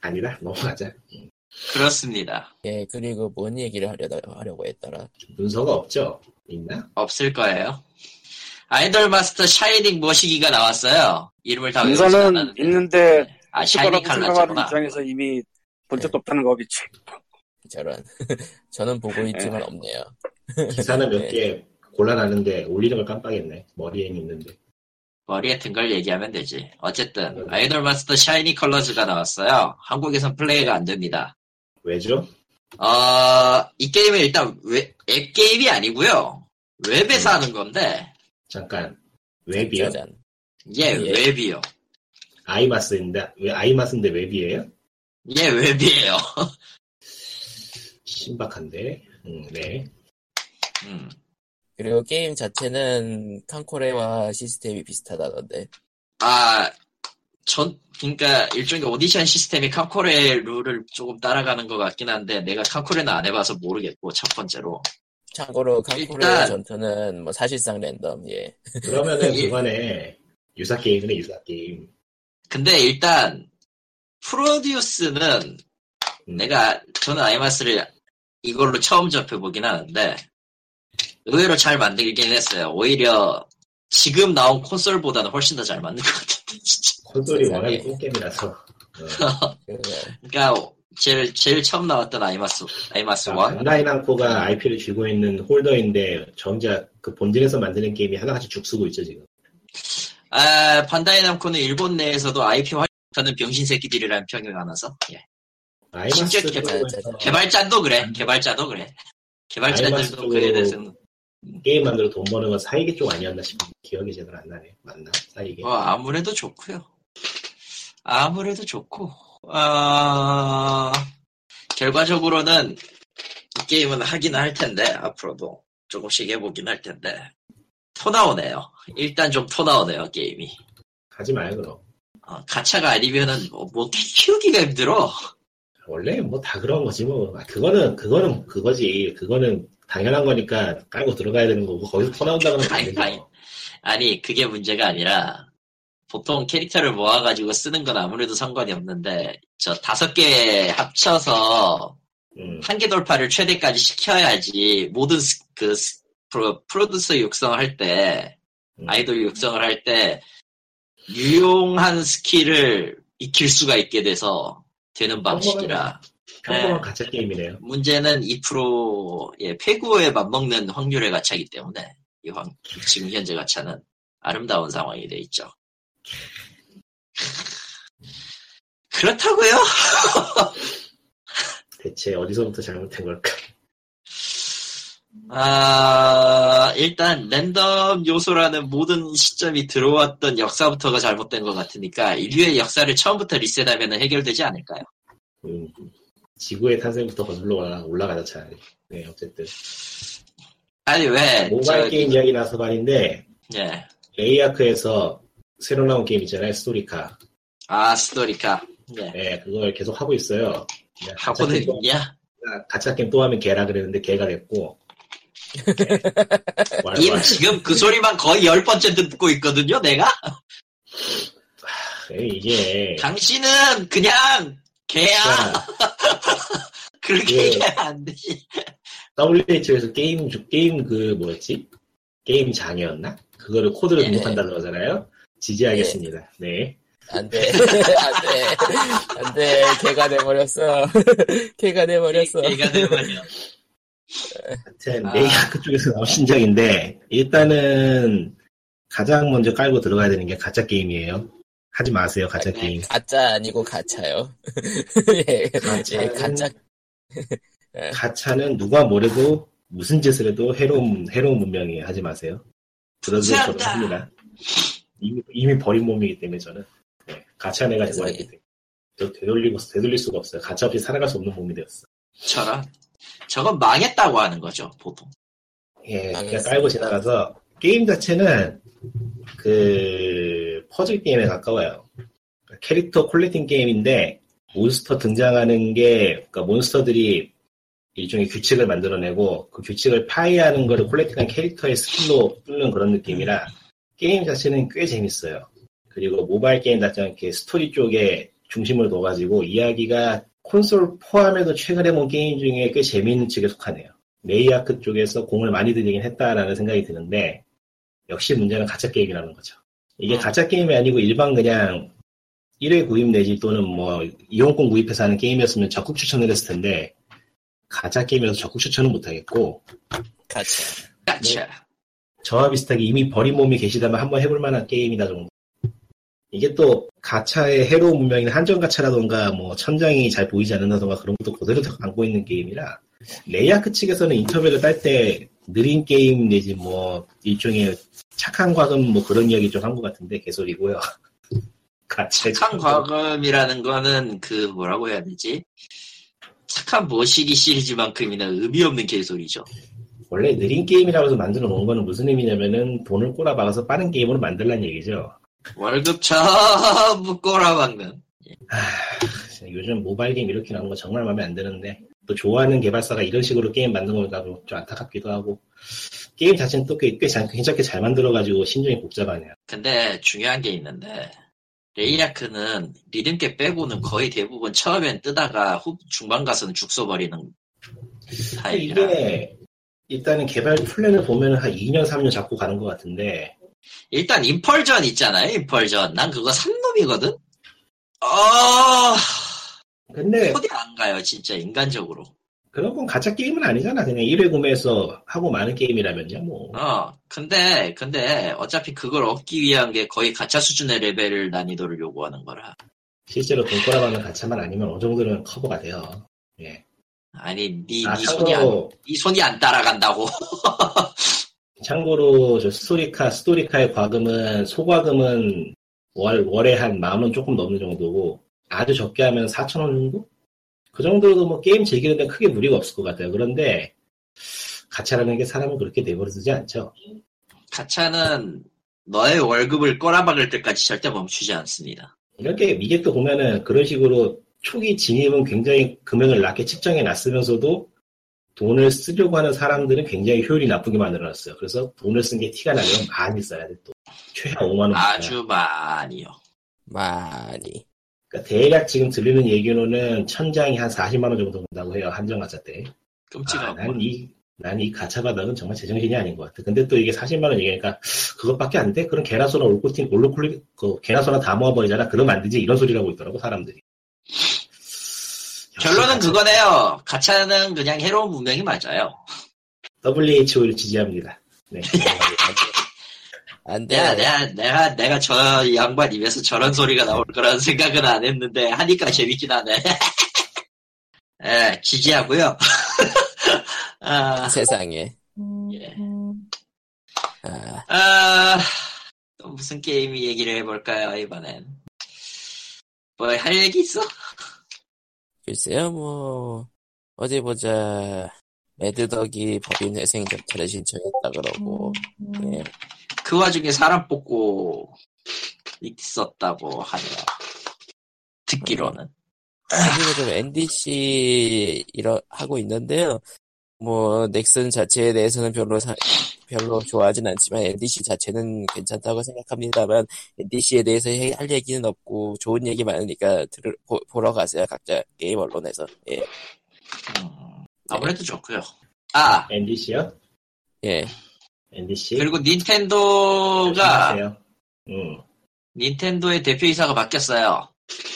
D: 아니다 넘어가자.
C: 그렇습니다.
A: 예 그리고 뭔 얘기를 하려다 하려고 했더라.
D: 문서가 없죠? 있나?
C: 없을 거예요. 아이돌 마스터 샤이닝 뭐 머시기가 나왔어요. 이름을 다 외우지
B: 인선은
C: 않았는데.
B: 있는데,
C: 아
B: 쓸 거라고
C: 샤이닝
B: 생각하는
C: 칼라구나.
B: 입장에서 이미 본 적도 없다는 거겠지.
A: 저런 저는 보고 있지만 없네요.
D: 기사는
A: 네.
D: 몇 개 골라놨는데 올리는 걸 깜빡했네. 머리에 있는데.
C: 머리에 든 걸 얘기하면 되지. 어쨌든 아이돌 마스터 샤이닝 컬러즈가 나왔어요. 한국에선 플레이가 안 됩니다.
D: 왜죠?
C: 어, 이 게임은 일단 웹, 앱 게임이 아니고요. 웹에서 하는 건데
D: 잠깐 웹이요?
A: 짜잔.
C: 예,
A: 예.
C: 웹이요.
D: 아이마스인데 왜 아이마스인데 웹이에요?
C: 예, 웹이에요.
D: 신박한데. 음, 네.
C: 음.
A: 그리고 게임 자체는 칸코레와 시스템이 비슷하다던데.
C: 아, 전, 그니까, 일종의 오디션 시스템이 캄코레 룰을 조금 따라가는 것 같긴 한데, 내가 캄코레는 안 해봐서 모르겠고, 첫 번째로.
A: 참고로 칸코르의
C: 일단-
A: 전투는 뭐 사실상 랜덤 예.
D: 그러면은
C: 예.
D: 이번에 유사 게임이네 유사 게임.
C: 근데 일단 프로듀스는
D: 음.
C: 내가 저는 아이마스를 이걸로 처음 접해보긴 하는데 의외로 잘 만들긴 했어요. 오히려 지금 나온 콘솔보다는 훨씬 더 잘 만든 것 같은데 진짜.
D: 콘솔이
A: 세상에.
D: 워낙에 꿀게임이라서. 어.
A: 그래서
C: 그러니까 제일 제일 처음 나왔던 아이마스 아이마스
D: 아,
C: 원
D: bandai 남코가 IP를 쥐고 있는 홀더인데 정작 그 본질에서 만드는 게임이 하나같이 죽쓰고 있죠 지금. 네.
C: 아, 반다이 남코는 일본 내에서도 IP 활용하는 병신 새끼들이라는 평이 많아서 예. 심지어
D: 아이마스
C: 그 개발-
D: 쪽에서
C: 개발자도 그래 개발자도 그래 개발자들도
D: 음. 아이마스도-
C: 그에 대해서는
D: 게임 만들어 돈 버는 건 사이게 쪽 아니었나 싶은 기억이 제대로 안 나네. 맞나? 사이게.
C: 뭐 아무래도 좋고요. 아무래도 좋고 아, 결과적으로는 이 게임은 하긴 할 텐데 앞으로도 조금씩 해보긴 할 텐데 토 나오네요. 일단 좀 토 나오네요 게임이.
D: 가지 마요 그럼.
C: 어, 가차가 아니면은 뭐, 뭐 키우기가 힘들어.
D: 원래 뭐 다 그런 거지 뭐. 아, 그거는 그거는 그거지. 그거는 당연한 거니까 깔고 들어가야 되는 거고 거기서 터나온다고는안
C: 아니, 아니.
D: 되죠.
C: 아니 그게 문제가 아니라 보통 캐릭터를 모아가지고 쓰는 건 아무래도 상관이 없는데 저 다섯 개 합쳐서
D: 음.
C: 한계 돌파를 최대까지 시켜야지 모든 스- 그 스- 프로, 프로듀서 육성할 때
D: 음.
C: 아이돌 육성을 할 때 유용한 스킬을 익힐 수가 있게 돼서 되는 방식이라
D: 평범한
C: 네.
D: 가짜 게임이네요.
C: 문제는 2%의 폐구에 맞먹는 확률의 가차이기 때문에 이 황- 지금 현재 가차는 아름다운 상황이 돼 있죠. 그렇다고요?
D: 대체 어디서부터 잘못된 걸까?
C: 아, 일단 랜덤 요소라는 모든 시점이 들어왔던 역사부터가 잘못된 것 같으니까 인류의 역사를 처음부터 리셋하면 해결되지 않을까요?
D: 음. 지구의 탄생부터 거슬러 올라- 올라가자 차라리. 네 어쨌든
C: 아니 왜?
D: 모바일
C: 저,
D: 게임 이야기 나서 말인데
C: 예.
D: 레이아크에서 새로 나온 게임 있잖아요 스토리카.
C: 아 스토리카. 예.
D: 네 그걸 계속 하고 있어요. 그냥 가짜
C: 하고는
D: 게임-
C: 있냐?
D: 가짜 게임 또 하면 개라 그랬는데 개가 됐고. 네. 왈왈.
C: 님 지금 그 소리만 거의 열 번째 듣고 있거든요. 내가
D: 예, 에이, 이게
C: 당신은 그냥 개야.
D: 그러니까
C: 그렇게
D: 예.
C: 얘기하면 안 되지.
D: WHO에서 게임 주- 게임 그 뭐였지? 게임 장이었나? 그거를 코드를
C: 예.
D: 등록한다는 거잖아요. 지지하겠습니다. 네.
A: 안돼 안돼 안돼 개가 돼버렸어 개가 돼버렸어
C: 얘가 되면요.
D: 하여튼
C: 아.
D: 레이아크 쪽에서 나온 신작인데 일단은 가장 먼저 깔고 들어가야 되는 게 가짜 게임이에요. 하지 마세요 가짜
C: 네.
D: 게임.
A: 가짜 아니고 가차요 예, 예
C: 음.
D: 가짜는-
A: 가짜
D: 가차는 누가 뭐래도 무슨 짓을 해도 해로운 해로운 문명이에요. 하지 마세요. 브라질 저도
C: 죄송합니다.
D: 합니다. 이미 이미 버린 몸이기 때문에 저는 네, 가차 내가
A: 죄송해요.
D: 되버렸기 때문에 되- 되돌리고 되돌릴 수가 없어요. 가차 없이 살아갈 수 없는 몸이 되었어.
C: 저런. 저건 망했다고 하는 거죠 보통.
D: 예, 그냥
A: 음, 알겠습니다.
D: 깔고 지나가서 게임 자체는 그 퍼즐 게임에 가까워요. 캐릭터 콜렉팅 게임인데 몬스터 등장하는 게 그러니까 몬스터들이 일종의 규칙을 만들어내고 그 규칙을 파이하는 거를 콜렉팅한 캐릭터의 스킬로 뚫는 그런 느낌이라 게임 자체는 꽤 재밌어요. 그리고 모바일 게임답지 않게 스토리 쪽에 중심을 둬가지고 이야기가 콘솔 포함해도 최근에 본 게임 중에 꽤 재밌는 측에 속하네요. 레이아크 쪽에서 공을 많이 들이긴 했다라는 생각이 드는데 역시 문제는 가짜 게임이라는 거죠. 이게
C: 음.
D: 가짜 게임이 아니고 일반 그냥 1회 구입 내지 또는 뭐 이용권 구입해서 하는 게임이었으면 적극 추천을 했을 텐데 가짜 게임이라서 적극 추천은 못하겠고
A: 가차
D: 네.
C: 가차.
D: 저와 비슷하게 이미 버린 몸이 계시다면 한번 해볼 만한 게임이다 정도. 이게 또 가차의 해로운 문명인 한정 가차라던가 뭐 천장이 잘 보이지 않는다던가 그런 것도 그대로 다 안고 있는 게임이라 레이아크 측에서는 인터뷰를 딸 때 느린 게임 내지 뭐 일종의 착한 과금 뭐 그런 이야기 좀 한 것 같은데 개소리고요. 가차
C: 착한 과금이라는 거는 그 뭐라고 해야 되지? 착한 모시기 시리즈만큼이나 의미 없는 개소리죠.
D: 원래 느린 게임이라고 해서 만들어 놓은 거는 무슨 의미냐면은 돈을 꼬라박아서 빠른 게임으로 만들란 얘기죠.
C: 월급 전부 꼬라박는.
D: 요즘 모바일 게임 이렇게 나오는 거 정말 마음에 안 드는데 또 좋아하는 개발사가 이런 식으로 게임 만드는 걸까 좀 안타깝기도 하고 게임 자체는 또 꽤, 꽤 잘- 괜찮게 잘 만들어가지고 심정이 복잡하네요.
C: 근데 중요한 게 있는데 레이아크는 리듬게 빼고는 거의 대부분 처음엔 뜨다가 후, 중반 가서는 죽서버리는
D: 근데
C: 타입이라
D: 이게 일단은 개발 플랜을 보면 한 2년 3년 잡고 가는 것 같은데
C: 일단 임펄전 있잖아요 임펄전 난 그거 산놈이거든 어...
D: 근데
C: 코디 안 가요 진짜 인간적으로
D: 그런 건 가짜 게임은 아니잖아. 그냥 1회 구매해서 하고 많은 게임이라면요. 뭐
C: 어 근데 근데 어차피 그걸 얻기 위한 게 거의 가차 수준의 레벨 난이도를 요구하는 거라
D: 실제로 돈 꼬라박는 가차만 아니면 어느 정도는 커버가 돼요. 예.
C: 아니 니,
D: 아
C: 니 손이 안,
D: 참고로
C: 니 손이 안 따라간다고
D: 참고로 저 스토리카 스토리카의 과금은 소과금은 월 월에 한 만 원 조금 넘는 정도고 아주 적게 하면 4천 원 정도? 그 정도도 뭐 게임 즐기는 데 크게 무리가 없을 것 같아요. 그런데 가차라는 게 사람을 그렇게 내버려두지 않죠.
C: 가차는 너의 월급을 꼬라박을 때까지 절대 멈추지 않습니다.
D: 이렇게 미객도 보면은 그런 식으로 초기 진입은 굉장히 금액을 낮게 측정해 놨으면서도 돈을 쓰려고 하는 사람들은 굉장히 효율이 나쁘게 만들어놨어요. 그래서 돈을 쓴 게 티가 나면 많이 써야 돼 또. 최하 5만 원.
C: 아주 많이요.
A: 많이.
D: 그러니까 대략 지금 들리는 얘기로는 천장이 한 40만 원 정도 본다고 해요 한정 가차 때. 아,
C: 끔찍하고.
D: 난이 난 이 가차 바닥은 정말 제정신이 아닌 것 같아. 근데 또 이게 40만 원 얘기니까 그것밖에 안 돼? 그럼 개나소나 올코틴 올로콜리 그 개나소나 다 모아버리잖아. 그럼 안 되지 이런 소리라고 있더라고 사람들이.
C: 결론은
D: 역시
C: 그거네요. 가차는 그냥 해로운 문명이 맞아요.
D: WHO를 지지합니다. 네.
A: 안 돼.
C: 내가, 내가, 내가, 내가 저 양반 입에서 저런 소리가 나올 거라는 생각은 안 했는데, 하니까 재밌긴 하네. 예, 지지하고요. 아,
A: 세상에.
C: 예.
A: 아,
C: 아, 또 무슨 게임 얘기를 해볼까요, 이번엔? 뭐, 할 얘기 있어?
A: 글쎄요, 뭐, 어디 보자. 매드덕이 법인 회생 절차를 신청했다 그러고, 예.
C: 그 와중에 사람 뽑고 있었다고 하네요. 듣기로는.
A: 최근에 좀 NDC 이러 하고 있는데요. 뭐 넥슨 자체에 대해서는 별로 사- 별로 좋아하진 않지만 NDC 자체는 괜찮다고 생각합니다만 NDC에 대해서 해- 할 얘기는 없고 좋은 얘기 많으니까 들을 보, 보러 가세요 각자 게임 언론에서 예.
C: 음, 아무래도 좋고요. 아
D: NDC요?
A: 예.
D: NDC.
C: 그리고
D: 네,
C: 닌텐도가
D: 안녕하세요. 음,
C: 닌텐도의 대표이사가 바뀌었어요.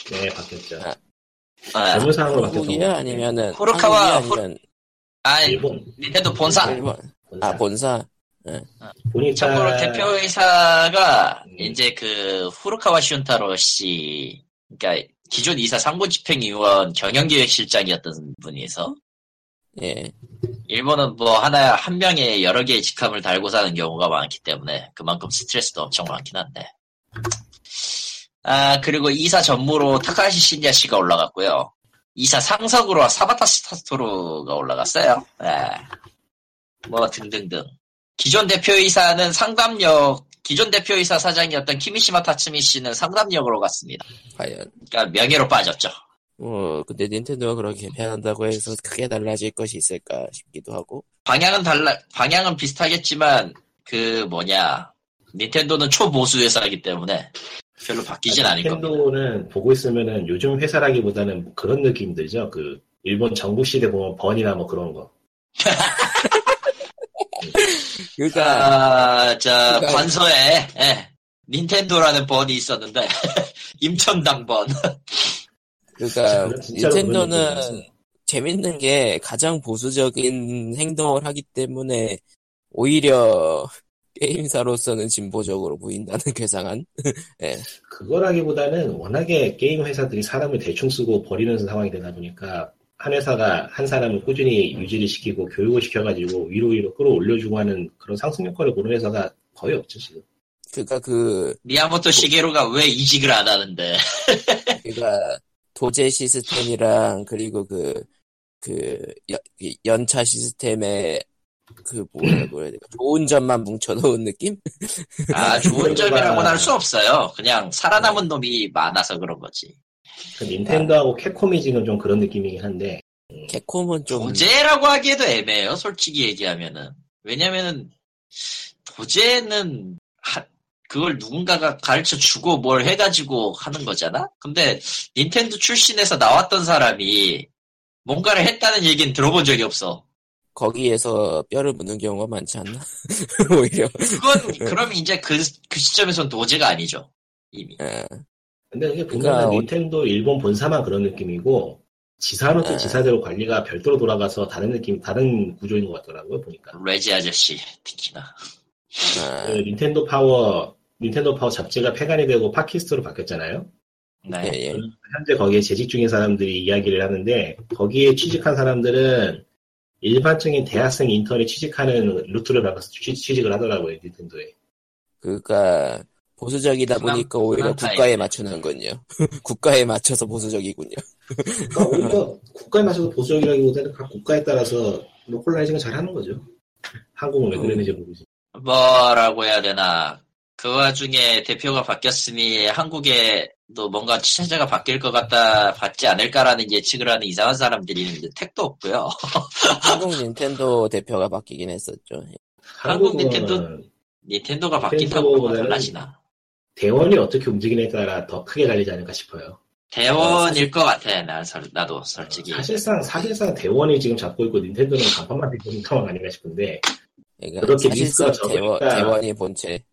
D: 네 바뀌었죠.
A: 아,
C: 아,
D: 재무상으로 바뀌었던
A: 한국이요
D: 것
A: 아니면은
C: 후루카와
A: 한국이 아니면
C: 아이,
D: 일본
C: 닌텐도 본사.
A: 일본
D: 본사.
A: 아 본사
D: 보니까
C: 참고로 대표이사가
D: 음.
C: 이제 그 후루카와 슌타로 씨, 그러니까 기존 이사 상부집행위원 경영기획실장이었던 분이서
A: 예.
C: 일본은 뭐 하나 한 명에 여러 개의 직함을 달고 사는 경우가 많기 때문에 그만큼 스트레스도 엄청 많긴 한데. 아 그리고 이사 전무로 타카시 신야 씨가 올라갔고요. 이사 상석으로 사바타 스타토루가 올라갔어요. 예. 뭐 등등등. 기존 대표이사는 상담역 기존 대표이사 사장이었던 키미시마 타츠미 씨는 상담역으로 갔습니다.
A: 과연
C: 그러니까 명예로 빠졌죠.
A: 뭐 근데 닌텐도가 그렇게 개편한다고 해서 크게 달라질 것이 있을까 싶기도 하고
C: 방향은 달라 방향은 비슷하겠지만 그 뭐냐 닌텐도는 초보수 회사이기 때문에 별로 바뀌진 않을 겁니다.
D: 닌텐도는 보고 있으면은 요즘 회사라기보다는 뭐 그런 느낌 들죠. 그 일본 전국 시대 보면 번이나 뭐 그런 거.
A: 그러니까
C: 아, 자
A: 그러니까-
C: 관서에 예, 닌텐도라는 번이 있었는데 임천당 번. 아,
A: 그러니까
D: 그건 진짜로 그런
A: 닌텐도는
D: 느낌이라서.
A: 재밌는 게 가장 보수적인 행동을 하기 때문에 오히려 게임사로서는 진보적으로 보인다는 괴상한
D: 그거라기보다는 워낙에 게임 회사들이 사람을 대충 쓰고 버리는 상황이 되다 보니까 한 회사가 한 사람을 꾸준히 유지를 시키고 교육을 시켜가지고 위로 위로 끌어올려주고 하는 그런 상승 효과를 보는 회사가 거의 없죠 지금.
A: 그러니까 그
C: 미야모토 시게루가 왜 이직을 안 하는데?
A: 그러니까 도제 시스템이랑 그리고 그 그 연차 시스템의 그 뭐라 그래야 되나 좋은 점만 뭉쳐놓은 느낌?
C: 아 좋은 점이라고는 할 수 없어요. 그냥 살아남은 놈이 많아서 그런 거지.
D: 그러니까 그 닌텐도하고 캡콤이 지금 좀 그런 느낌이긴 한데 음,
A: 캡콤은 좀
C: 도제라고 하기에도 애매해요, 솔직히 얘기하면은. 왜냐면은, 도제는, 하- 그걸 누군가가 가르쳐 주고 뭘 해가지고 하는 거잖아? 근데, 닌텐도 출신에서 나왔던 사람이, 뭔가를 했다는 얘기는 들어본 적이 없어.
A: 거기에서 뼈를 묻는 경우가 많지 않나? 오히려
C: 그건, 그럼 이제 그, 그 시점에선 도제가 아니죠. 이미.
A: 예.
D: 근데 그게 보면
A: 그러니까 어-
D: 닌텐도 일본 본사만 그런 느낌이고 지사는 또
A: 아.
D: 지사대로 관리가 별도로 돌아가서 다른 느낌, 다른 구조인 것 같더라고요 보니까.
C: 레지 아저씨, 특히나.
A: 아,
D: 그 닌텐도 파워, 닌텐도 파워 잡지가 폐간이 되고 팟캐스트로 바뀌었잖아요.
A: 예,
C: 네.
A: 예.
D: 현재 거기에 재직 중인 사람들이 이야기를 하는데 거기에 취직한 사람들은 일반적인 대학생 인턴이 취직하는 루트를 밟아서 취, 직을 하더라고요 닌텐도에.
A: 그러니까 보수적이다
C: 그만-
A: 보니까 오히려
C: 그만 타임.
A: 국가에 맞추는군요. 국가에 맞춰서 보수적이군요.
D: 그러니까 오히려 국가에 맞춰서 보수적이라기보다는 각 국가에 따라서 로컬라이징을 잘하는 거죠. 어. 한국은 왜 그러는지 모르지.
C: 뭐라고 해야 되나. 그 와중에 대표가 바뀌었으니 한국에도 뭔가 체제가 바뀔 것 같다, 받지 않을까라는 예측을 하는 이상한 사람들이 있는데 택도 없고요.
A: 한국 닌텐도 대표가 바뀌긴 했었죠.
C: 한국
D: 한국은
C: 닌텐도? 닌텐도가 바뀐다고 뭐가
D: 닌텐도보다는
C: 달라지나.
D: 대원이 어떻게 움직이냐에 따라 더 크게 갈리지 않을까 싶어요.
C: 대원일 것 같아, 난, 설- 나도 솔직히.
D: 사실상 사실상 대원이 지금 잡고 있고 닌텐도는 간판만 들고 있는 상황 아닌가 싶은데
A: 그러니까
D: 그렇게
A: 사실상
D: 리스크가
A: 대원,
D: 적으니까.
A: 대원이 본체.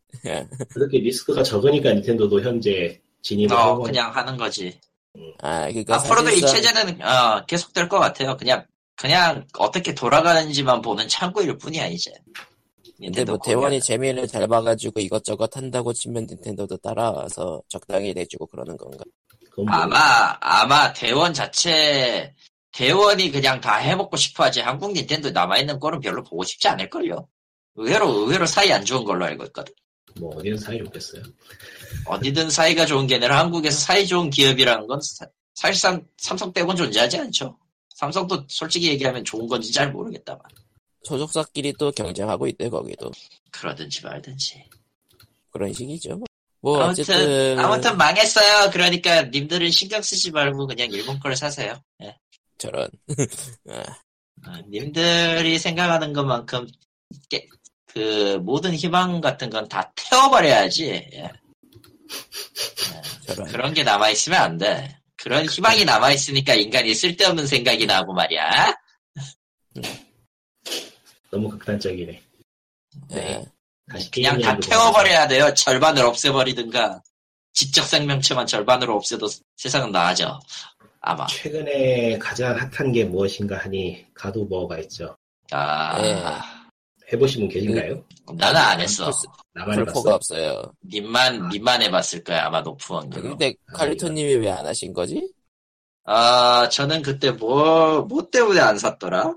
D: 그렇게 리스크가 적으니까 닌텐도도 현재 진입을
C: 어,
D: 하고
C: 그냥 하는 거지.
A: 아, 그러니까
C: 앞으로도 이
A: 사실상-
C: 체제는 어, 계속 될 것 같아요. 그냥 그냥 어떻게 돌아가는지만 보는 창구일 뿐이야 이제.
A: 근데 뭐
C: 닌텐도
A: 대원이
C: 공략.
A: 재미를 잘 봐가지고 이것저것 한다고 치면 닌텐도도 따라와서 적당히 내주고 그러는 건가?
D: 그건 뭐-
C: 아마 아마 대원 자체 대원이 그냥 다 해먹고 싶어하지 한국 닌텐도 남아있는 꼴은 별로 보고 싶지 않을걸요. 의외로 의외로 사이 안 좋은 걸로 알고 있거든.
D: 뭐 어디는 사이 좋겠어요.
C: 어디든 사이가 좋은 게 아니라 한국에서 사이 좋은 기업이라는 건 사- 사실상 삼성 빼곤 존재하지 않죠. 삼성도 솔직히 얘기하면 좋은 건지 잘 모르겠다만
A: 소속사끼리 또 경쟁하고 있대 거기도
C: 그러든지 말든지.
A: 그런 식이죠. 뭐. 뭐
C: 아무튼,
A: 어쨌든
C: 아무튼 망했어요. 그러니까 님들은 신경 쓰지 말고 그냥 일본 걸 사세요. 예.
A: 저런
C: 어, 님들이 생각하는 것만큼 깨- 그 모든 희망 같은 건 다 태워버려야지. 예.
A: 저런
C: 그런 게 남아 있으면 안 돼. 그런
D: 네,
C: 희망이
D: 그렇죠.
C: 남아 있으니까 인간이 쓸데없는 생각이 나고 말이야.
D: 너무 극단적이네.
A: 예.
D: 다시 뭐
C: 그냥
D: 게임
C: 다
D: 이야기로
C: 태워버려야 돼요. 절반을 없애버리든가 지적 생명체만 절반으로 없애도 세상은 나아져. 아마.
D: 최근에 가장 핫한 게 무엇인가 하니 가도버가 있죠.
C: 아,
D: 네. 해보신 분 계신가요?
C: 나는
D: 아,
C: 안 했어.
A: 플스-
D: 나만
A: 네. 풀포가
D: 해봤어.
A: 없어요.
D: 아.
C: 님만, 님만 해봤을 거야, 네. 아마 높은 왕님.
A: 근데 카리토님이 왜 안 하신 거지?
C: 아, 저는 그때 뭐, 뭐 때문에 안 샀더라?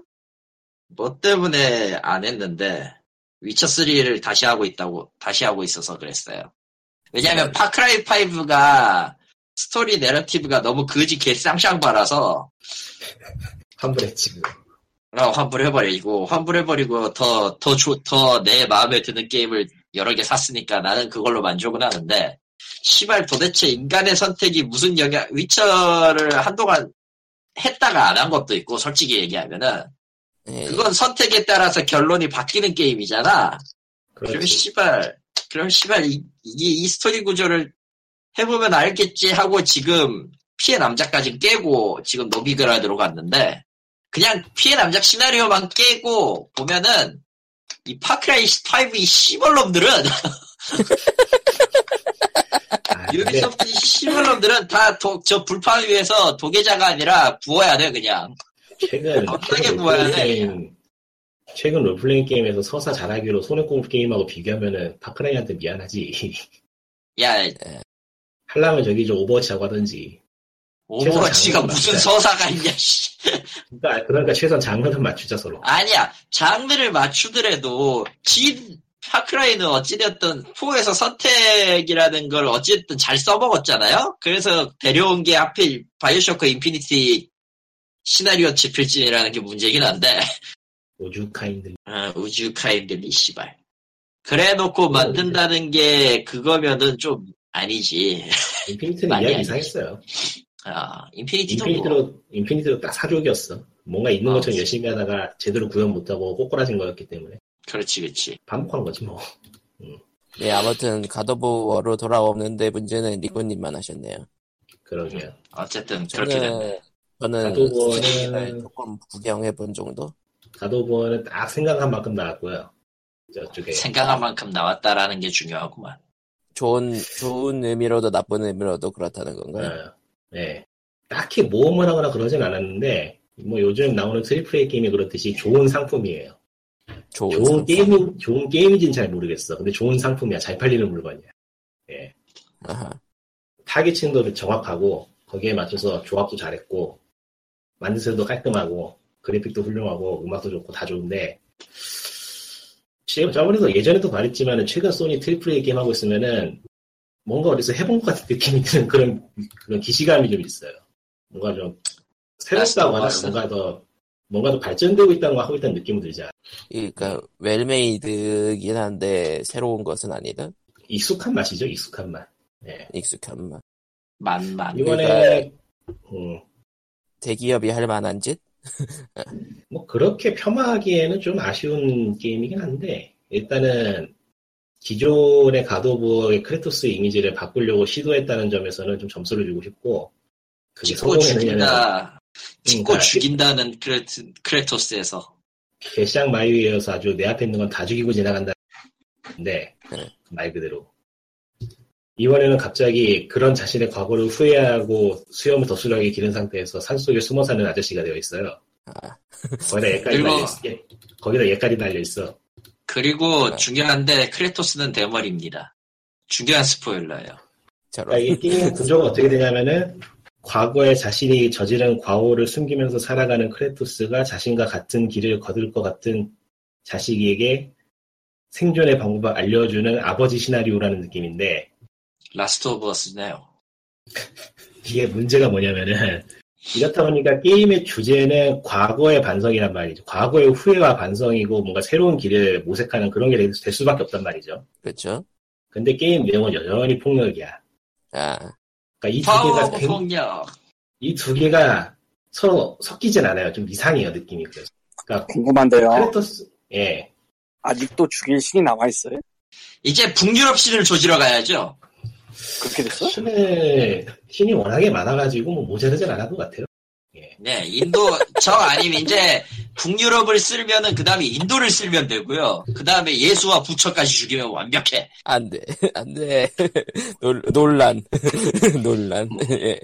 C: 뭐 때문에 안 했는데, 위쳐3를 다시 하고 있다고, 다시 하고 있어서 그랬어요. 왜냐면, 파크라이5가 스토리 내러티브가 너무 그지 개쌍쌍바라서,
D: 환불했지.
C: 나 아, 환불해버리고, 환불해버리고, 더, 더, 조, 더, 내 마음에 드는 게임을 여러 개 샀으니까 나는 그걸로 만족은 하는데, 시발 도대체 인간의 선택이 무슨 영향, 위쳐를 한동안 했다가 안 한 것도 있고, 솔직히 얘기하면은,
A: 예.
C: 그건 선택에 따라서 결론이 바뀌는 게임이잖아. 그럼
D: 그렇지.
C: 시발, 그럼 시발, 이- 이게 이 스토리 구조를 해보면 알겠지 하고 지금 피해 남자까지 깨고 지금 노비그라드로 갔는데 그냥 피해 남자 시나리오만 깨고 보면은 이 파크라이 5이 씨벌놈들은
D: 아, 근데
C: 유비소프트 이 씨벌놈들은 다 저 불판 위에서 도계자가 아니라 부어야 돼 그냥
D: 최근
C: 어떻게
D: 최근
C: 구해야 아, 돼?
D: 롤플레잉 최근 롤플레잉 게임에서 서사 잘하기로 손해공부 게임하고 비교하면은 파크라이한테 미안하지.
C: 야
D: 하려면 저기 좀 오버워치하고 하든지.
C: 오버워치가
D: 장르는
C: 무슨
D: 맞아요.
C: 서사가 있냐 씨.
D: 그러니까, 그러니까 최소한 장르는 맞추자 서로.
C: 아니야 장르를 맞추더라도 진 파크라이는 어찌되었든 4에서 선택이라는 걸 어찌됐든 잘 써먹었잖아요 그래서 데려온 게 하필 바이오쇼크 인피니티 시나리오 지필진이라는 게 문제긴 한데
D: 오죽하인들.
C: 아, 우주 카인들리 씨발 그래놓고 만든다는 게 그거면은 좀 아니지
D: 인피니트는
C: 많이
D: 이야기
C: 아니지.
D: 이상했어요.
C: 아 인피니티도 뭐
D: 인피니트로 인피니트로 딱 사족이었어. 뭔가 있는
C: 아,
D: 것처럼
C: 그치.
D: 열심히 하다가 제대로 구현 못하고 꼬꾸라진 거였기 때문에
C: 그렇지, 그렇지.
D: 반복한 거지 뭐.
A: 네, 아무튼 가더보워로 돌아오는데 문제는 리코님만 하셨네요.
D: 그러게요.
C: 어쨌든 그렇게 됐네.
A: 저는 저는
D: 가드 오브
A: 스트리밍을
D: 워는-
A: 조금 구경해 본 정도.
D: 가도버는 딱 생각한 만큼 나왔고요.
C: 네.
D: 저쪽에
C: 생각한 만큼 나왔다라는 게 중요하구만.
A: 좋은 좋은 의미로도 나쁜 의미로도 그렇다는 건가요?
D: 어, 네. 딱히 모험을 하거나 그러진 않았는데 뭐 요즘 나오는 트리플 A 게임이 그렇듯이 좋은 상품이에요.
A: 좋은,
D: 좋은
A: 상품.
D: 게임이 좋은 게임인지는 잘 모르겠어. 근데 좋은 상품이야. 잘 팔리는 물건이야. 예.
A: 아하.
D: 타겟층도 정확하고 거기에 맞춰서 조합도 잘했고 만드세도 깔끔하고 그래픽도 훌륭하고 음악도 좋고 다 좋은데 지- 저번에도 예전에도 말했지만 최근 소니 트리플 A 게임 하고 있으면은 뭔가 어디서 해본 것 같은 느낌이 드는 그런 그런 기시감이 좀 있어요. 뭔가 좀 새롭다고 하나
C: 라스트 오브
D: 뭔가 더 뭔가 더 발전되고 있다는 거 하고 있다는 느낌이 들지 않아?
A: 그러니까 웰메이드긴 한데 새로운 것은 아니다.
D: 익숙한 맛이죠, 익숙한 맛. 예.
A: 익숙한 맛.
C: 만만.
D: 이번에
C: 그러니까.
D: 음,
A: 대기업이 할 만한 짓?
D: 뭐 그렇게 폄하하기에는 좀 아쉬운 게임이긴 한데 일단은 기존의 가도부의 크레토스 이미지를 바꾸려고 시도했다는 점에서는 좀 점수를 주고 싶고 그게
C: 찍고
D: 성공했느냐
C: 죽인다. 찍고
D: 그러니까
C: 죽인다는 크레트, 크레토스에서.
D: 개샹 마이웨이어서 아주 내 앞에 있는 건 다 죽이고 지나간다는데
A: 네.
D: 말 그대로 이번에는 갑자기 그런 자신의 과거를 후회하고 수염을 덥수하게 기른 상태에서 산속에 숨어 사는 아저씨가 되어 있어요
A: 아,
D: 거기다 옛깔이
C: 늙어.
D: 달려 있어 예, 거기다 옛깔이 달려 있어
C: 그리고
A: 네.
C: 중요한데 크레토스는 대머리입니다. 중요한 스포일러예요.
A: 저런.
D: 그러니까 이게 게임 구조가 어떻게 되냐면은 과거에 자신이 저지른 과오를 숨기면서 살아가는 크레토스가 자신과 같은 길을 거둘 것 같은 자식에게 생존의 방법을 알려주는 아버지 시나리오라는 느낌인데
C: 라스트 오브 어스네요.
D: 이게 문제가 뭐냐면은 이렇다 보니까 게임의 주제는 과거의 반성이란 말이죠. 과거의 후회와 반성이고 뭔가 새로운 길을 모색하는 그런 게 될 수밖에 없단 말이죠.
A: 그렇죠?
D: 근데 게임 내용은 여전히 폭력이야.
A: 아,
D: 그러니까 이두
C: 파워
D: 개가
C: 오브
D: 굉-
C: 폭력.
D: 이 두 개가 서로 섞이진 않아요. 좀 이상해요, 느낌이. 그래서.
B: 궁금한데요.
D: 크레토스, 예.
B: 아직도 죽일 신이 남아있어요?
C: 이제 북유럽 신을 조지러 가야죠.
B: 그렇게 됐어?
D: 신의, 신이 워낙에 많아가지고 뭐 모자르진 않을 것 같아요.
C: 네, 인도, 저 아니면 이제 북유럽을 쓸면은 그 다음에 인도를 쓸면 되고요. 그 다음에 예수와 부처까지 죽이면 완벽해.
A: 안 돼. 안 돼. 놀, 논란. 논란. 예.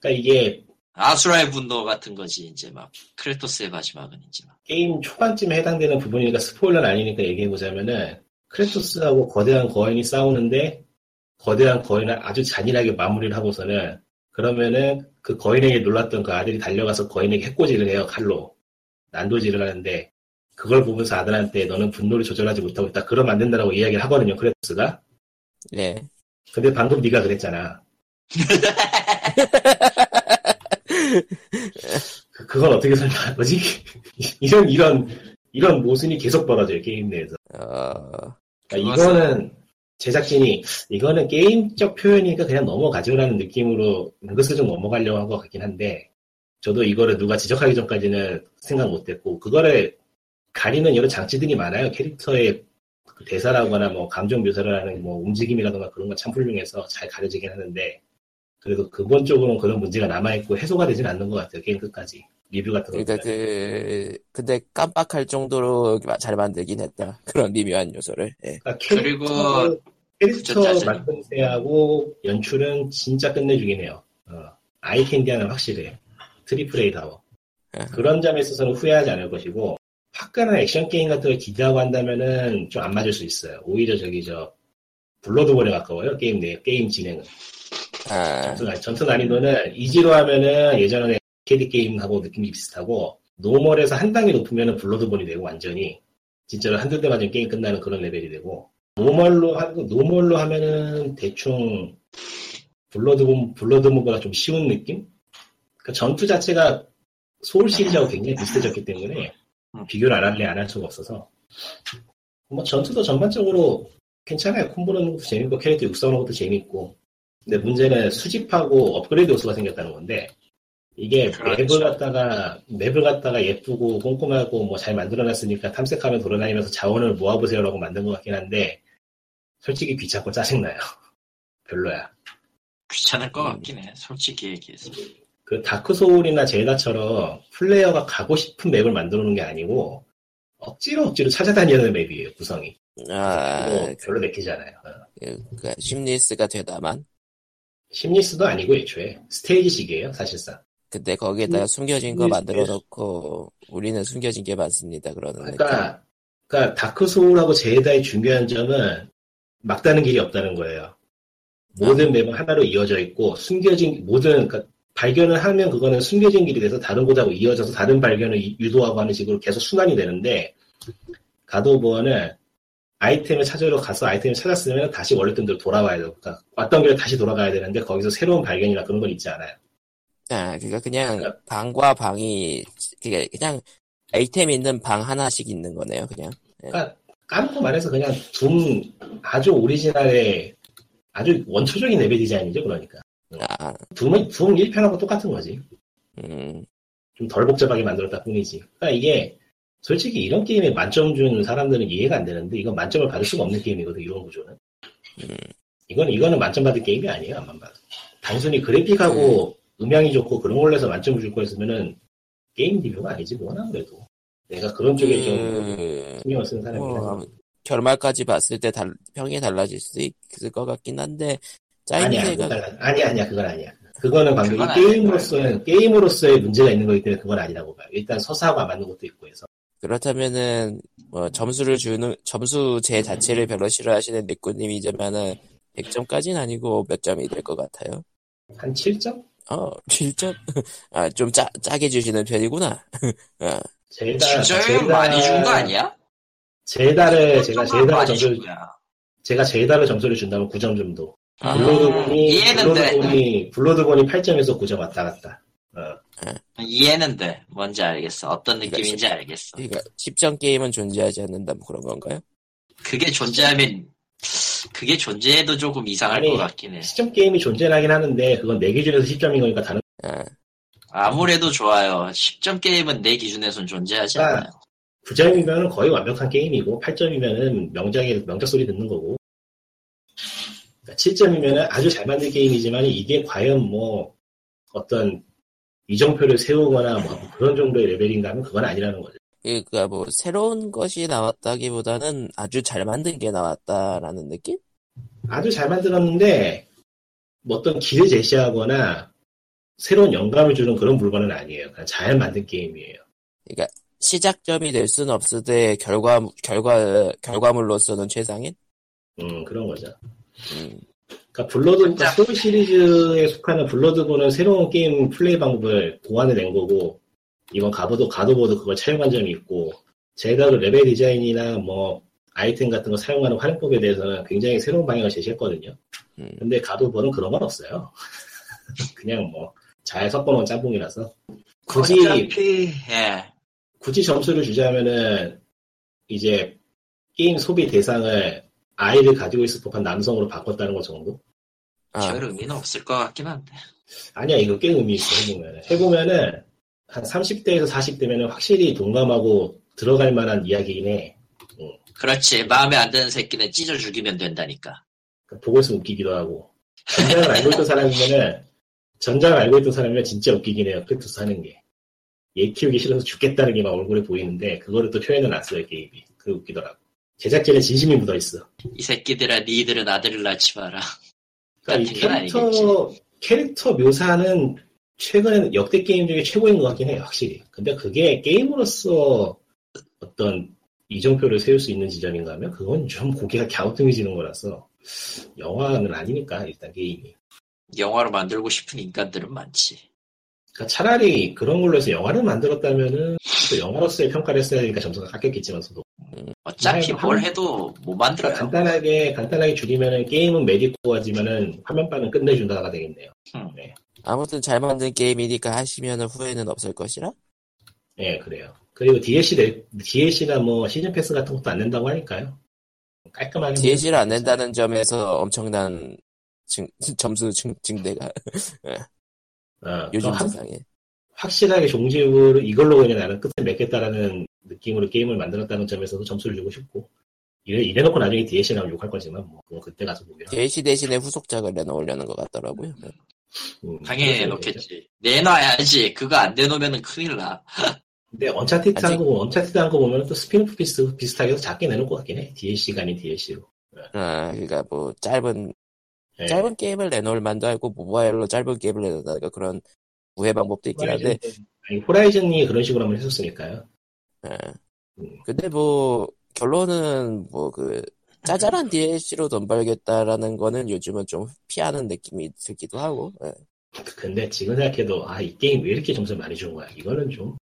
D: 그러니까 이게
C: 아수라의 분노 같은 거지, 이제 막. 크레토스의 마지막은 이제 막.
D: 게임 초반쯤에 해당되는 부분이니까 스포일러는 아니니까 얘기해보자면은 크레토스하고 거대한 거인이 싸우는데 거대한 거인을 아주 잔인하게 마무리를 하고서는 그러면은 그 거인에게 놀랐던 그 아들이 달려가서 거인에게 해코지를 해요, 칼로. 난도질을 하는데 그걸 보면서 아들한테 너는 분노를 조절하지 못하고 있다. 그러면 안 된다라고 이야기를 하거든요, 크레토스가.
A: 예.
D: 근데 방금 네가 그랬잖아. 그- 그건 어떻게 설명한 거지? 이런 이런 이런 모순이 계속 벌어져요 게임 내에서.
A: 어,
D: 그러니까
C: 그것은-
D: 이거는 제작진이 이거는 게임적 표현이니까 그냥 넘어가죠라는 느낌으로 그것을 좀 넘어가려고 한 것 같긴 한데 저도 이거를 누가 지적하기 전까지는 생각 못했고 그거를 가리는 여러 장치들이 많아요 캐릭터의 그 대사라거나 뭐 감정 묘사를 하는 뭐 움직임이라든가 그런 건 참 훌륭해서 잘 가려지긴 하는데 그래도 근본적으로는 그런 문제가 남아있고 해소가 되진 않는 것 같아요 게임 끝까지 리뷰 같은 거
A: 그러니까 그, 근데 깜빡할 정도로 잘 만들긴 했다. 그런 미묘한 요소를. 예.
D: 그러니까
C: 네. 그리고
D: 캐릭터, 캐릭터
C: 부처짜증.
D: 만듦새하고 연출은 진짜 끝내주긴 해요. 어, 아이캔디 하나 확실해. 트리플 A다워. 뭐.
C: 네.
A: 예.
D: 그런 점에 있어서는 후회하지 않을 것이고 화끈한 액션 게임 같은 걸 기대하고 한다면은 좀 안 맞을 수 있어요. 오히려 저기 저 블러드볼에 가까워요. 게임 내 게임 진행은
A: 아,
D: 전투, 난- 전투 난이도는 이지로 하면은 예전에 캐디 게임하고 느낌이 비슷하고 노멀에서 한 단계 높으면은 블러드본이 되고 완전히 진짜로 한두 대 맞으면 게임 끝나는 그런 레벨이 되고 노멀로 하고 노멀로 하면은 대충 블러드본 블러드본보다 좀 쉬운 느낌? 그 전투 자체가 소울 시리즈하고 굉장히 비슷해졌기 때문에 비교를 안 할래 안 할 수가 없어서 뭐 전투도 전반적으로 괜찮아요 콤보하는 것도 재밌고 캐릭터 육성하는 것도 재밌고 근데 문제는 수집하고 업그레이드 요소가 생겼다는 건데 이게
C: 그렇죠.
D: 맵을 갖다가 맵을 갖다가 예쁘고 꼼꼼하고 뭐 잘 만들어놨으니까 탐색하며 돌아다니면서 자원을 모아보세요라고 만든 것 같긴 한데 솔직히 귀찮고 짜증나요. 별로야.
C: 귀찮을
D: 음.
C: 것 같긴 해. 솔직히 얘기해서.
D: 그 다크 소울이나 젤다처럼 플레이어가 가고 싶은 맵을 만들어 놓은 게 아니고 억지로 억지로 찾아다니는 맵이에요 구성이.
A: 아,
D: 뭐 별로 내키지 않아요. 어.
A: 그러니까 심리스가 되다만.
D: 심리스도 아니고 애초에 스테이지식이에요 사실상.
A: 근데 거기에다가 숨겨진 거
D: 심리스.
A: 만들어 놓고 우리는 숨겨진 게 많습니다. 예. 그러는 거니까.
D: 그러니까 그러니까 다크 소울하고 제다의 중요한 점은 막다른 길이 없다는 거예요. 모든 맵은 하나로 이어져 있고 숨겨진 모든 그러니까 발견을 하면 그거는 숨겨진 길이 돼서 다른 곳하고 이어져서 다른 발견을 이- 유도하고 하는 식으로 계속 순환이 되는데 가도버는 아이템을 찾으러 가서 아이템을 찾았으면 다시 원래던 대로 돌아와야 되고 그러니까 왔던 길로 다시 돌아가야 되는데 거기서 새로운 발견이나 그런 건 있지 않아요.
A: 아, 그러니까 그냥 방과 방이 그게 그냥 아이템 있는 방 하나씩 있는 거네요. 그냥.
D: 까놓고 말해서 그냥 둠 아주 오리지널의 아주 원초적인 레벨 디자인이죠 그러니까
A: 아,
D: 둠은 둠 1편하고 똑같은 거지
A: 음,
D: 좀 덜 복잡하게 만들었다 뿐이지 그러니까 이게 솔직히 이런 게임에 만점 주는 사람들은 이해가 안 되는데 이건 만점을 받을 수가 없는 게임이거든 이런 구조는
A: 음.
D: 이건 이거는 만점 받을 게임이 아니에요 안만 봐도 단순히 그래픽하고 음향이 좋고 그런 걸로 해서 만점 줄 거였으면은 게임 리뷰가 아니지 뭐나 그래도 내가 그런 쪽에 좀
A: 그,
D: 신경을 쓰는 사람이라서
A: 뭐, 결말까지 봤을 때 달, 평이 달라질 수도 있을 것 같긴 한데
D: 아니야,
A: 짜임새가
D: 그건 아니- 아니야, 아니야, 그건 아니야. 그거는 방금
C: 그건
D: 이
C: 아니야.
D: 게임으로서는 게임으로서의 문제가 있는 거기 때문에 그건 아니라고 봐요. 일단 서사하고 안 맞는 것도 있고 해서
A: 그렇다면은 뭐 점수를 주는 점수 제 자체를 별로 싫어하시는 니꾸님이자면은 100점까지는 아니고 몇 점이 될 것 같아요.
D: 한 7점?
A: 어, 7점? 아, 좀 짜, 짜게 주시는 편이구나.
D: 제다
C: 진짜 많이 준 거 아니야?
D: 네, 제다를 제가 제다
C: 많이 준
D: 점수를
C: 거야.
D: 제가 제다를 점수를 준다면 9점 정도.
A: 아,
D: 블러드본이
C: 이해는 돼.
D: 블러드본이 블러드본이 8점에서 9점 왔다 갔다.
C: 이해는 돼. 뭔지 알겠어. 어떤
D: 그러니까
C: 느낌인지 알겠어.
A: 그러니까 10점 게임은 존재하지 않는다 뭐 그런 건가요?
C: 그게 존재하면 그게 존재해도 조금 이상할
D: 아니.
C: 것 같긴 해.
D: 시점 게임이 존재하긴 하는데 그건 내 기준에서 10점인 거니까 다른
A: 아,
C: 아무래도 좋아요. 10점 게임은 내 기준에선 존재하지
D: 아.
C: 않아요.
D: 9점이면 거의 완벽한 게임이고 8점이면은 명작의 명작 소리 듣는 거고 그러니까 7점이면은 아주 잘 만든 게임이지만 이게 과연 뭐 어떤 이정표를 세우거나 뭐 그런 정도의 레벨인가 하면 그건 아니라는 거죠.
A: 그러니까 뭐 새로운 것이 나왔다기보다는 아주 잘 만든 게 나왔다라는 느낌?
D: 아주 잘 만들었는데 뭐 어떤 길을 제시하거나 새로운 영감을 주는 그런 물건은 아니에요. 그냥 잘 만든 게임이에요.
A: 시작점이 될 수는 없으되 결과 결과 결과물로서는 최상인.
D: 음 그런 거죠.
A: 음,
D: 그러니까 블러드 그러니까 소울 시리즈에 속하는 블러드본은 새로운 게임 플레이 방법을 보완해낸 거고 이건 가보도 가도보도 그걸 차용한 점이 있고 제가 그 레벨 디자인이나 뭐 아이템 같은 거 사용하는 활용법에 대해서는 굉장히 새로운 방향을 제시했거든요.
A: 음.
D: 근데 가도보는 그런 건 없어요. 그냥 뭐 잘 섞어놓은 짬뽕이라서 굳이
C: 어차피 예.
D: 굳이 점수를 주자면은 이제 게임 소비 대상을 아이를 가지고 있을 법한 남성으로 바꿨다는 것 정도?
A: 아,
C: 별 의미는 없을 것 같긴 한데. 아니야,
D: 아니야, 이거 꽤 의미 있어, 해보면은. 해보면은, 한 30대에서 40대면은 확실히 동감하고 들어갈 만한 이야기긴 해.
C: 그렇지. 마음에 안 드는 새끼는 찢어 죽이면 된다니까.
D: 그러니까 보고 있으면 웃기기도 하고. 전작을 알고 있던 사람이면은, 전작을 알고 있던 사람이면 진짜 웃기긴 해요, 크리토스 하는 게. 얘 키우기 싫어서 죽겠다는 게 막 얼굴에 보이는데, 그거를 또 표현해 놨어요, 게임이. 그 웃기더라고. 제작진에 진심이 묻어있어.
C: 이 새끼들아, 니들은 아들을 낳지 마라.
D: 그러니까 이
C: 같은 건
D: 캐릭터 캐릭터 묘사는 최근에 역대 게임 중에 최고인 것 같긴 해요, 확실히. 근데 그게 게임으로서 어떤 이정표를 세울 수 있는 지점인가 하면 그건 좀 고개가 갸우뚱해지는 거라서 영화는 아니니까 일단 게임이.
C: 영화로 만들고 싶은 인간들은 많지.
D: 그러니까 차라리 그런 걸로 해서 영화를 만들었다면은 또 영화로서의 평가를 했어야 되니까 점수가 깎였겠지만서도
C: 어차피
D: 아니,
C: 뭘
D: 한-
C: 해도 못
D: 그러니까
C: 만들어요.
D: 간단하게 간단하게 줄이면은 게임은 메디코 하지만은 화면판은 끝내준다가 되겠네요.
C: 음.
D: 네.
A: 아무튼 잘 만든 게임이니까 하시면 후회는 없을 것이라.
D: 예, 그래요. 그리고 DLC, 내- DLC나 뭐 시즌 패스 같은 것도 안 낸다고 하니까요. 깔끔하게. 뭐
A: DLC를
D: 그렇죠.
A: 안 낸다는 점에서 엄청난 증- 점수 증, 증대가
D: 어,
A: 요즘
D: 한,
A: 세상에.
D: 확실하게 종지부를 이걸로 그냥 나는 끝을 맺겠다라는 느낌으로 게임을 만들었다는 점에서도 점수를 주고 싶고 이래, 이래놓고 나중에 DLC 나오면 욕할 거지만 뭐 그건 그때 가서 보면
A: DLC 대신에 후속작을 내놓으려는 것 같더라고요.
D: 음,
C: 당연히 놓겠지. 내놔야지. 그거 안 내놓으면 큰일 나.
D: 근데 언차티드
A: 아직-
D: 한거 보면 언차티드 한거 보면 또 스피노프 비스 비슷하게 해서 작게 내놓을 것 같긴 해 DLC가 아닌 DLC로 예.
A: 아, 그러니까 뭐 짧은
D: 네.
A: 짧은 게임을 내놓을 만도 하고 모바일로 짧은 게임을 내놓다가 그런 우회 방법도
D: 네,
A: 있긴 한데.
D: 아니, 호라이즌이 그런 식으로 한번 했었으니까요
A: 예.
D: 음.
A: 근데 뭐 결론은 뭐 그 짜잘한 DLC로 돈 벌겠다라는 거는 요즘은 좀 피하는 느낌이 들기도 하고. 예.
D: 근데 지금 생각해도 아 이 게임 왜 이렇게 점수를 많이 준 거야 이거는 좀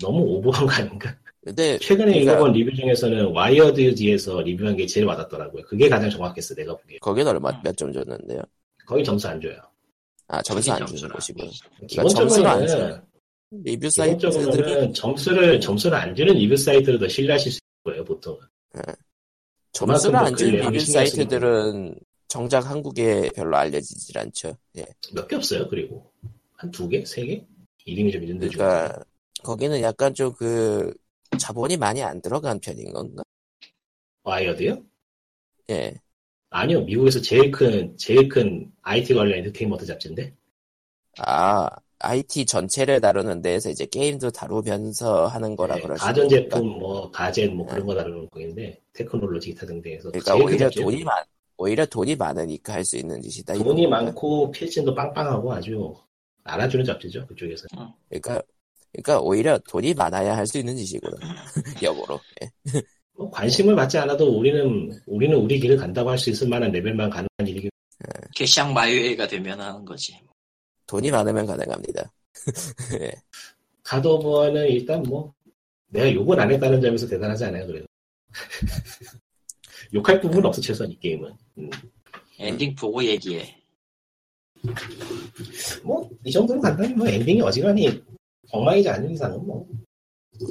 D: 너무 오버한 거 아닌가
A: 근데
D: 최근에
A: 그러니까-
D: 읽어본 리뷰 중에서는 와이어드지에서 리뷰한 게 제일 맞았더라고요 그게 가장 정확했어 내가 보기에
A: 거긴 얼마 몇 점 줬는데요?
D: 거의 점수 안 줘요
A: 아 점수 안 주는
C: 점수를
A: 곳이고
C: 주지.
A: 그러니까 점수를 안
D: 기본적으로는
A: 줘요.
D: 예,
A: 리뷰 사이트들이
D: 기본적으로는 점수를 점수를 안 주는 리뷰 사이트를 더 신뢰하실 수 있을 거예요 보통
A: 점수를 안
D: 그만큼
A: 주는
D: 그
A: 리뷰
D: 내용이 신경
A: 사이트들은 정작 한국에 별로 알려지질 않죠. 예.
D: 몇 개 없어요 그리고 한 두 개, 세 개 이름이 좀 있는데 좀.
A: 그러니까
D: 그렇죠.
A: 거기는 약간 좀 그 자본이 많이 안 들어간 편인 건가?
D: 와이어드요?
A: 예.
D: 아니요 미국에서 제일 큰 제일 큰 IT 관련 엔터테인먼트 잡지인데
A: 아, IT 전체를 다루는 데에서 이제 게임도 다루면서 하는 거라
D: 네,
A: 그러시니까. 네.
D: 가전제품 뭐 가젠 뭐 그런 거 다루는 거인데 테크놀로지 기타 등등에서
A: 그러니까
D: 제일 큰
A: 오히려
D: 잡지예요.
A: 돈이 많, 오히려 돈이 많으니까 할 수 있는 짓이다.
D: 돈이
A: 이거구나.
D: 많고 필진도 빵빵하고 아주 알아주는 잡지죠 그쪽에서
A: 그러니까, 그러니까 오히려 돈이 많아야 할 수 있는 짓이구나. 역으로. 예.
D: 뭐 관심을 받지 않아도 우리는 우리는 우리 길을 간다고 할 수 있을 만한 레벨만 가능한 일이기
A: 네.
C: 개샹 마이웨이가 되면 하는 거지.
A: 음. 돈이 많으면 가능합니다. 예.
D: 가도버는 일단 뭐 내가 욕은 안 했다는 점에서 대단하지 않아요 그래도 욕할 부분은 없어 최소한 이 게임은
C: 엔딩 보고 얘기해.
D: 뭐 이 정도로 간다면 뭐 엔딩이 어지간히 엉망이지 않은 이상은 뭐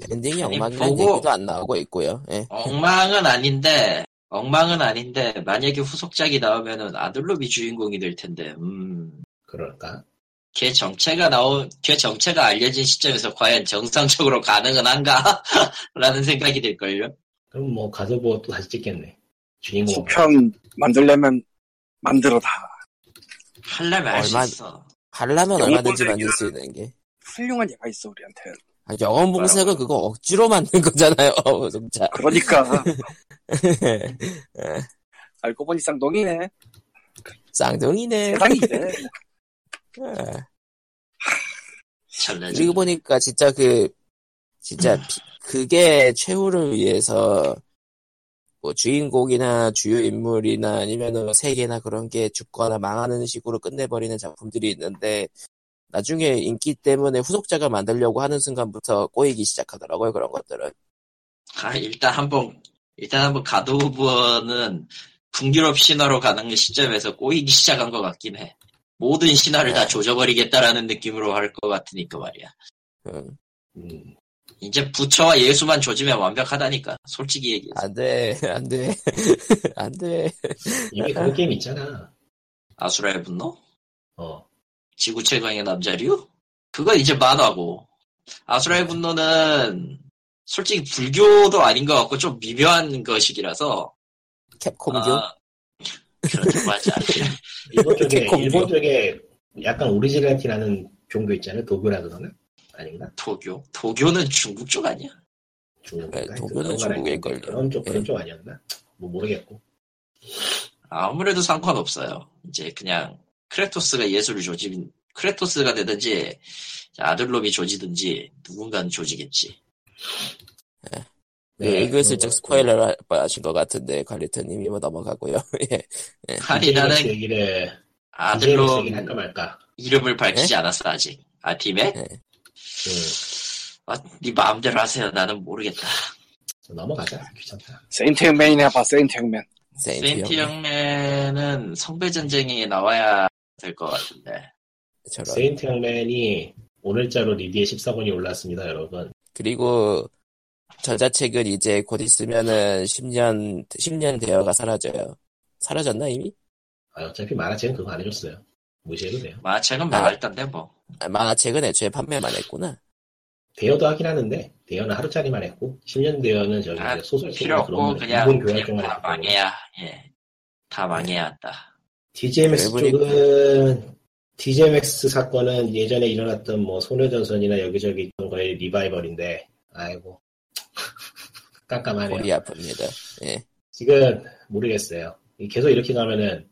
A: 엔딩이
C: 아니,
A: 엉망이라는
C: 보고-
A: 얘기도 안 나오고 있고요. 예.
C: 엉망은 아닌데, 엉망은 아닌데, 만약에 후속작이 나오면은 아들놈이 주인공이 될 텐데, 음.
D: 그럴까
C: 걔 정체가 나온, 걔 정체가 알려진 시점에서 과연 정상적으로 가능은 한가? 라는 생각이 들걸요?
D: 그럼 뭐 가도버 또 다시 찍겠네
B: 뭐.
D: 주인공
B: 속편 만들려면 만들어다.
C: 하려면 할 수
A: 얼마-
C: 있어.
A: 하려면 얼마든지
B: 영웅을
A: 만들 수 있는 게.
B: 훌륭한 얘가 있어 우리한테.
A: 아, 영원봉쇄가 그거 억지로 만든 거잖아요, 진짜.
B: 그러니까 알고 보니 쌍둥이네.
A: 쌍둥이네.
B: 세상이 이래.
A: 아.
C: 전례
A: 그리고 뭐 보니까 진짜 그 진짜 피- 그게 최후를 위해서 뭐 주인공이나 주요 인물이나 아니면은 뭐 세계나 그런 게 죽거나 망하는 식으로 끝내버리는 작품들이 있는데 나중에 인기 때문에 후속작을 만들려고 하는 순간부터 꼬이기 시작하더라고요 그런 것들은
C: 아, 일단 한번, 일단 한번 가도 오브는 북유럽 신화로 가는 시점에서 꼬이기 시작한 것 같긴 해. 모든 신화를 다 조져버리겠다라는 느낌으로 할 것 같으니까 말이야.
A: 음.
D: 음,
C: 이제 부처와 예수만 조지면 완벽하다니까. 솔직히
A: 아.
C: 얘기해서.
A: 안돼 안돼 안돼
D: 이미 그런 게임 있잖아
C: 아수라의 분노?
D: 어
C: 지구 최강의 남자류? 그건 이제 만화고. 아수라의 분노는 솔직히 불교도 아닌 것 같고 좀 미묘한 것이기라서.
A: 캡콤교
C: 아, 그렇다고 하지 않을래.
D: 일본 쪽에
A: 개콘
D: 일본 쪽에 약간 오리지널티라는 종교 있잖아요 도교라 그러나 아닌가
C: 도교. 도교는 중국 쪽 아니야?
D: 중국인가
A: 네, 도교는
D: 그런 건 아닌데
A: 중국일걸요.
D: 그런 쪽 그런
A: 예.
D: 쪽 아니었나 뭐 모르겠고
C: 아무래도 상관없어요. 이제 그냥 크레토스가 예술을 조지, 크레토스가 되든지 아들놈이 조지든지 누군가는 조지겠지.
A: 네, 이거 슬쩍
D: 그-
A: 스포일러를 하신 것 같은데 관리터님이 뭐 넘어가고요 예.
D: 네,
C: 아니
D: DJX
C: 나는
D: 얘기를 DJX 얘기를 할까
C: 아들놈
D: 말까
C: 이름을
D: 네?
C: 밝히지 않았어 아직. 아 디맥?
A: 예.
D: 음,
C: 아, 네 마음대로 하세요. 나는 모르겠다.
D: 넘어가자 귀찮다
B: 세인트 형맨이네 봐 세인트 형맨.
D: 네,
C: 세인트
A: 형
C: 형맨은 성배 전쟁에 나와야 될 것 같은데.
A: 저런
D: 세인트 형맨이 오늘자로 리디에 14권이 올랐습니다 여러분
A: 그리고 전자책은 이제 곧 있으면은 10년 10년 대여가 사라져요. 사라졌나 이미?
D: 아, 어차피 만화책은 그거 안 해줬어요 무시해도 돼요.
C: 만화책은
A: 아.
C: 망할 텐데 뭐.
A: 아, 만화책은 애초에 판매만 했구나.
D: 대여도 하긴 하는데 대여는 하루짜리만 했고 10년 대여는 저기
C: 아,
D: 소설책이나
C: 필요
D: 네, 그런
C: 없고
D: 거는
C: 그냥,
D: 일본
C: 그냥
D: 교양책만
C: 다
D: 했고 네.
C: 망해야 예. 다 망해야 한다.
D: DJMX
A: 외부니까.
D: 쪽은 DJMX 사건은 예전에 일어났던 뭐 소녀전선이나 여기저기 있던 거의 리바이벌인데 아이고 깜깜하네요.
A: 머리 아픕니다. 예.
D: 지금 모르겠어요. 이- 계속 이렇게 가면은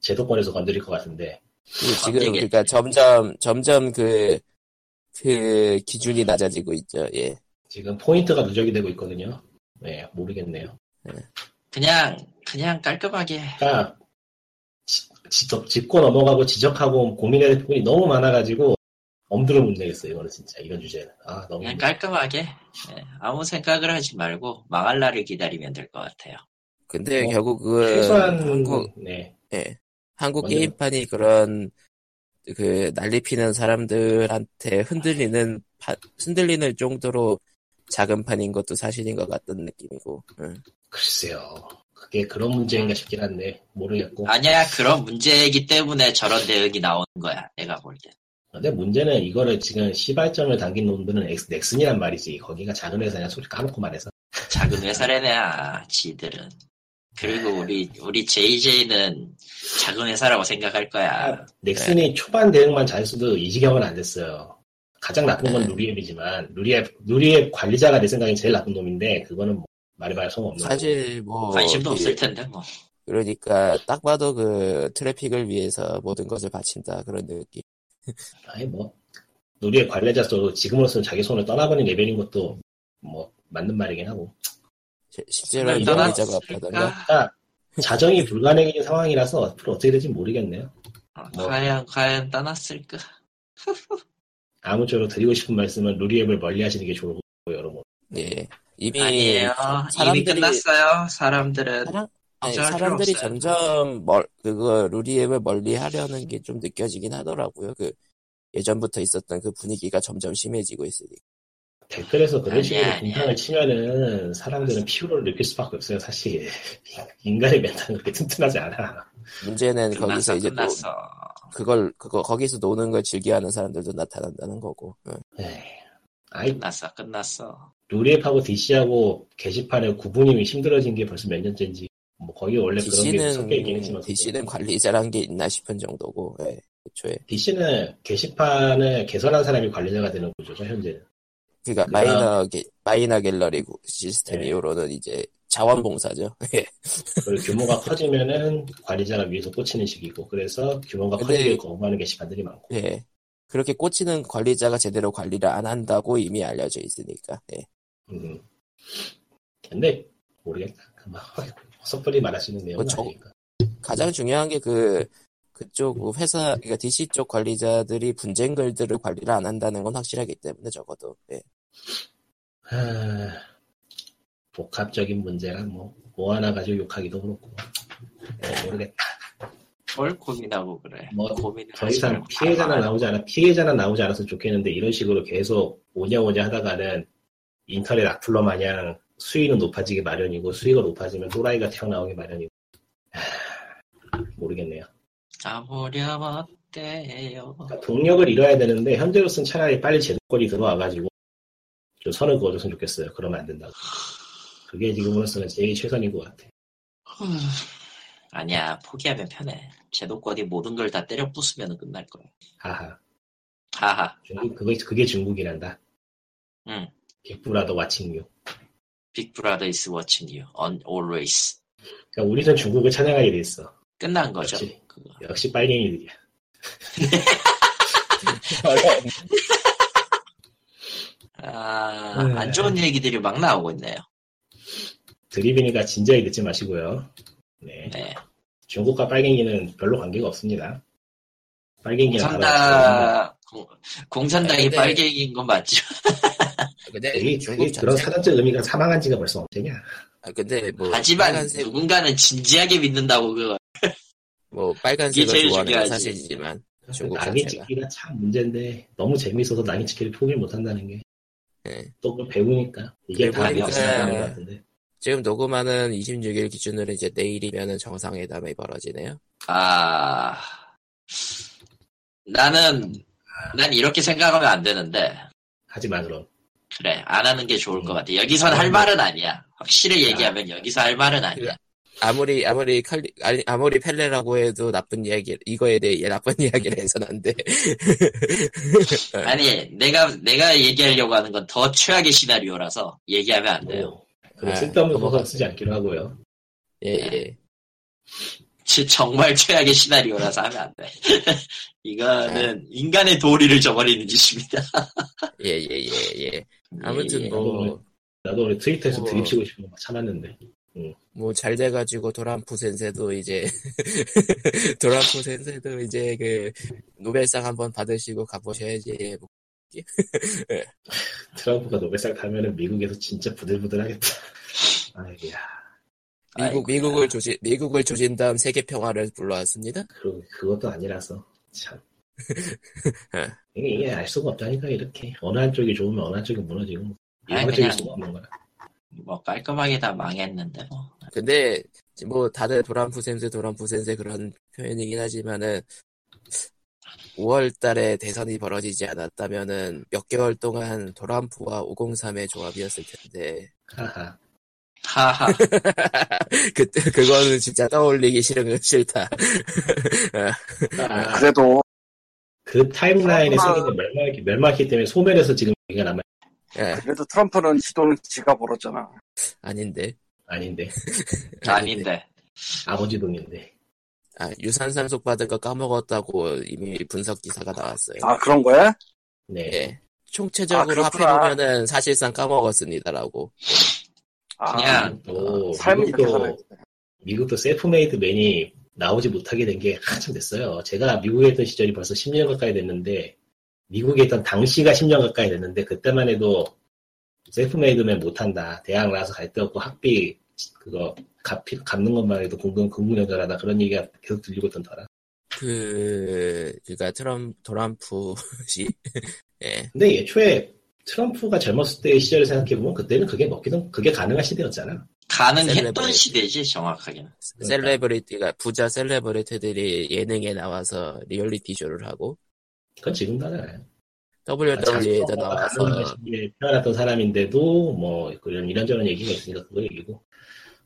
D: 제도권에서 건드릴 것 같은데
A: 그리고 지금
C: 갑자기.
A: 그러니까 점점 점점 그, 그 기준이 낮아지고 있죠. 예.
D: 지금 포인트가 누적이 되고 있거든요. 네, 모르겠네요.
C: 그냥 그냥 깔끔하게
D: 그러니까 지, 지, 짚고 넘어가고 지적하고 고민해야 될 부분이 너무 많아가지고 엄두를 못 내겠어요. 이거는 진짜 이런 주제는 아 너무
C: 그냥 깔끔하게 예. 아무 생각을 하지 말고 망할 날을 기다리면 될 것 같아요.
A: 근데
D: 뭐,
A: 결국 그
D: 최소한
A: 한국
D: 네
A: 예. 한국
D: 완전-
A: 게임판이 그런 그 난리 피는 사람들한테 흔들리는 파- 흔들리는 정도로 작은 판인 것도 사실인 것 같은 느낌이고. 예. 응.
D: 글쎄요. 그게 그런 문제인가 싶긴 한데 모르겠고.
C: 아니야 그런 문제이기 때문에 저런 대응이 나오는 거야 내가 볼 때.
D: 근데 문제는 이거를 지금 시발점을 당긴 놈들은 엑스, 넥슨이란 말이지. 거기가 작은 회사냐 소리 까놓고 말해서.
C: 작은 회사래냐 지들은. 그리고 우리 우리 JJ는 작은 회사라고 생각할 거야.
D: 넥슨이
A: 네.
D: 초반 대응만 잘했어도 이 지경은 안 됐어요. 가장 나쁜
A: 네.
D: 건 루리앱이지만 루리앱 루리앱 관리자가 내 생각엔 제일 나쁜 놈인데 그거는 뭐 말해봐야 소용없는
A: 사실 뭐
C: 관심도
A: 이-
C: 없을 텐데 뭐.
A: 그러니까 딱 봐도 그 트래픽을 위해서 모든 것을 바친다 그런 느낌.
D: 거고. 아니 뭐 루리앱 관리자도 지금으로서는 자기 손을 떠나버린 레벨인 것도 뭐 맞는 말이긴 하고
A: 시- 실제로 이런
C: 떠났을까?
A: 의자가 없거든요.
D: 그러니까 자정이 불가능해진 상황이라서 앞으로 어떻게 될지 모르겠네요.
C: 어,
D: 뭐.
C: 과연 과연 떠났을까?
D: 아무쪼록 드리고 싶은 말씀은 루리앱을 멀리 하시는 게 좋을 것 같고, 여러분.
A: 예. 이미
C: 아니에요.
A: 사람들이-
C: 이미 끝났어요. 사람들은
A: 사람, 아니,
C: 걱정할 필요
A: 사람들이
C: 없어요.
A: 점점 멀, 그거 루리앱을 멀리 하려는 게 좀 느껴지긴 하더라고요. 그 예전부터 있었던 그 분위기가 점점 심해지고 있으니.
D: 댓글에서 그런
C: 아니야,
D: 식으로
C: 아니야.
D: 공탕을 치면은 사람들은 피로를 느낄 수밖에 없어요, 사실. 인간의 멘탈은 그렇게 튼튼하지 않아.
A: 문제는 거기서
C: 끝났어
A: 이제 또
C: 끝났어.
A: 그걸 그거 거기서 노는 걸 즐겨하는 사람들도 나타난다는 거고. 어. 응.
D: 에이. 네. 아이,
C: 끝났어 끝났어.
D: 루리앱하고 DC하고 게시판에 구분이 힘들어진 게 벌써 몇 년째인지. 뭐, 거기 원래 그런 게 섞여 있긴
A: DC는
D: 했지만.
A: DC는 관리자란 게 있나 싶은 정도고. 예. 애초에
D: DC는 게시판을 개선한 사람이 관리자가 되는 구조죠, 현재는.
A: 그러니까
D: 그냥-
A: 마이너 게, 마이너 갤러리 구- 시스템
D: 예.
A: 이후로는 이제 자원봉사죠. 예.
D: 그리고 규모가 커지면은 관리자가 위에서 꽂히는 식이고, 그래서 규모가
A: 근데-
D: 커지게 거부하는 게시판들이 많고.
A: 예. 그렇게 꽂히는 관리자가 제대로 관리를 안 한다고 이미 알려져 있으니까. 예.
D: 음. 근데 모르겠다. 그만 섣불리 말하시는 내용은
A: 그쵸.
D: 아니니까.
A: 가장 중요한 게 그, 그쪽 회사, 그러니까 DC 쪽 관리자들이 분쟁글들을 관리를 안 한다는 건 확실하기 때문에 적어도, 예.
D: 하... 아, 복합적인 문제라 뭐, 뭐 하나 가지고 욕하기도 그렇고. 네, 모르겠다.
C: 뭘 고민하고 그래.
D: 뭐,
C: 고민을
D: 더
C: 하지
D: 이상
C: 말고
D: 피해자나
C: 가만히
D: 나오지 않아, 피해자나 나오지 않았으면 좋겠는데 이런 식으로 계속 오냐오냐 하다가는 인터넷 악플러 마냥 수위는 높아지기 마련이고 수위가 높아지면 또라이가 튀어나오기 마련이고. 하... 모르겠네요.
C: 아무렴 어때요?
D: 그러니까 동력을 잃어야 되는데 현재로서는 차라리 빨리 제도권이 들어와가지고 좀 선을 그어줬으면 좋겠어요. 그러면 안 된다고. 그게 지금으로서는 제일 최선인 것 같아.
C: 아니야 포기하면 편해. 제도권이 모든 걸 다 때려 부수면 끝날 거야.
D: 하하.
C: 하하.
D: 중국 그게 그게 중국이란다.
C: 응.
D: 빅브라더 와칭류.
C: 빅브라더 is watching you on always.
D: 그러니까 우리는 중국을 찾아가게 돼 있어.
C: 끝난 거죠.
D: 그렇지.
C: 그거.
D: 역시 빨갱이들이야.
C: 아,
D: 음.
C: 안 좋은 얘기들이 막 나오고 있네요.
D: 드립이니까 진지하게 듣지 마시고요. 네.
C: 네.
D: 중국과 빨갱이는 별로 관계가 없습니다. 빨갱이랑 다른
C: 공산당, 공-
D: 네,
C: 공산당이
A: 근데-
C: 빨갱이인 건 맞죠? 아,
A: 근데
D: 되게, 되게 그런 사전적 의미가 사망한 지가 벌써 언제냐.
A: 아, 근데
D: 그
A: 뭐,
C: 하지만
A: 빨간색,
C: 누군가는 진지하게 믿는다고 그거.
A: 뭐, 빨간색을
C: 제일
A: 좋아하는 건
C: 중요하지.
A: 사실이지만, 중국
D: 낙인
A: 자체가.
D: 찍기가 참 문제인데 너무 재밌어서 낙인 찍기를 포기 를 못한다는 게 또
A: 예.
D: 그걸 배우니까 이게
A: 그리고
D: 다
C: 보니까-
D: 역사라는 것 같은데
A: 지금 녹음하는 26일 기준으로 이제 내일이면은 정상회담이 벌어지네요.
C: 아, 나는 난 이렇게 생각하면 안 되는데
D: 하지만 그럼
C: 그래 안 하는 게
A: 음.
C: 좋을 것 같아. 여기선 할 말은 아니야. 확실히 얘기하면 여기서 할 말은 아니야.
A: 아무리 아무리 칼리 아니, 아무리 펠레라고 해도 나쁜 이야기 이거에 대해 나쁜 이야기를 해서는 안 돼. 네.
C: 아니 내가 내가 얘기하려고 하는 건 더 최악의 시나리오라서 얘기하면 안 돼요.
D: 뭐 그거
A: 아,
D: 쓸데없는
A: 넘어가.
D: 거가 쓰지 않기로 하고요.
A: 예, 예.
C: 지- 정말 최악의 시나리오라서 하면 안 돼.
A: 네.
C: 이거는 인간의 도리를 저버리는 짓입니다.
A: 예, 예, 예, 예. 아무튼
C: 예.
A: 뭐,
D: 나도 원래 트위터에서
A: 어.
D: 드립치고 싶은 거 참았는데
A: 뭐 잘 돼가지고 도란프 센세도 이제, 도란프 센세도 이제 그, 노벨상 한번 받으시고 가보셔야지. 예, 뭐,
D: 트럼프가 노벨상 타면은 미국에서 진짜 부들부들하겠다. 아이야
A: 미국, 미국을 조진, 미국을 조진 다음 세계 평화를 불러왔습니다.
D: 그 그것도 아니라서 참 이게, 이게 알 수가 없다니까 이렇게 어느 한쪽이 좋으면 어느 한쪽이 무너지고
C: 예, 아니,
D: 어느 쪽이
C: 그냥-
D: 수가 없는 거야.
C: 뭐 깔끔하게 다 망했는데 뭐.
A: 근데, 뭐, 다들 도란프 센세, 도란프 센세 그런 표현이긴 하지만은, 5월 달에 대선이 벌어지지 않았다면은, 몇 개월 동안 도란프와 503의 조합이었을 텐데,
D: 하하.
C: 아, 하하.
A: 네. 그때 그거는 진짜 떠올리기 싫은 건 싫다.
D: 아,
B: 그래도
D: 그 타임라인에
B: 트럼프가-
D: 생긴 게 멸망했기, 멸망했기 때문에 소멸해서 지금 얘기가 남아
A: 예,
B: 그래도 트럼프는 시도는 지가 벌었잖아.
A: 아닌데.
D: 아닌데
C: 아닌데.
D: 아버지 돈인데
A: 아, 유산상속 받은 거 까먹었다고 이미 분석 기사가 나왔어요.
B: 아 그런 거야?
D: 네
A: 예.
B: 아,
A: 총체적으로
B: 그렇구나.
A: 합해보면은 사실상 까먹었습니다라고.
B: 아,
C: 그냥
D: 또
B: 삶이 이렇게 살아야
D: 미국도 어, 미국도 셀프메이드맨이 나오지 못하게 된 게 한참 됐어요. 제가 미국에 있던 시절이 벌써 10년 가까이 됐는데 미국에 있던 당시가 10년 가까이 됐는데 그때만 해도 셀프메이드맨 못한다. 대학 나와서 갈 데 없고 학비 그거 갚, 는 것만 해도 공동 근무연결하다 그런 얘기가 계속 들리고 있던 터라.
A: 그, 그니까 트럼, 도란프 씨. 예.
D: 근데 애초에 트럼프가 젊었을 때의 시절을 생각해보면 그때는 그게 먹기는 그게 가능한 시대였잖아.
C: 가능했던
A: 셀레브레이트.
C: 시대지 정확하게는.
A: 셀레브리티가, 부자 셀레브리티들이 예능에 나와서 리얼리티 쇼를 하고,
D: 그건 지금도 하잖아요. 아,
A: WWE에도
D: 가능한
A: 네, 나와서,
D: 시기에 태어났던 사람인데도 뭐 그런 이런저런 얘기가 있으니까 그거 얘기고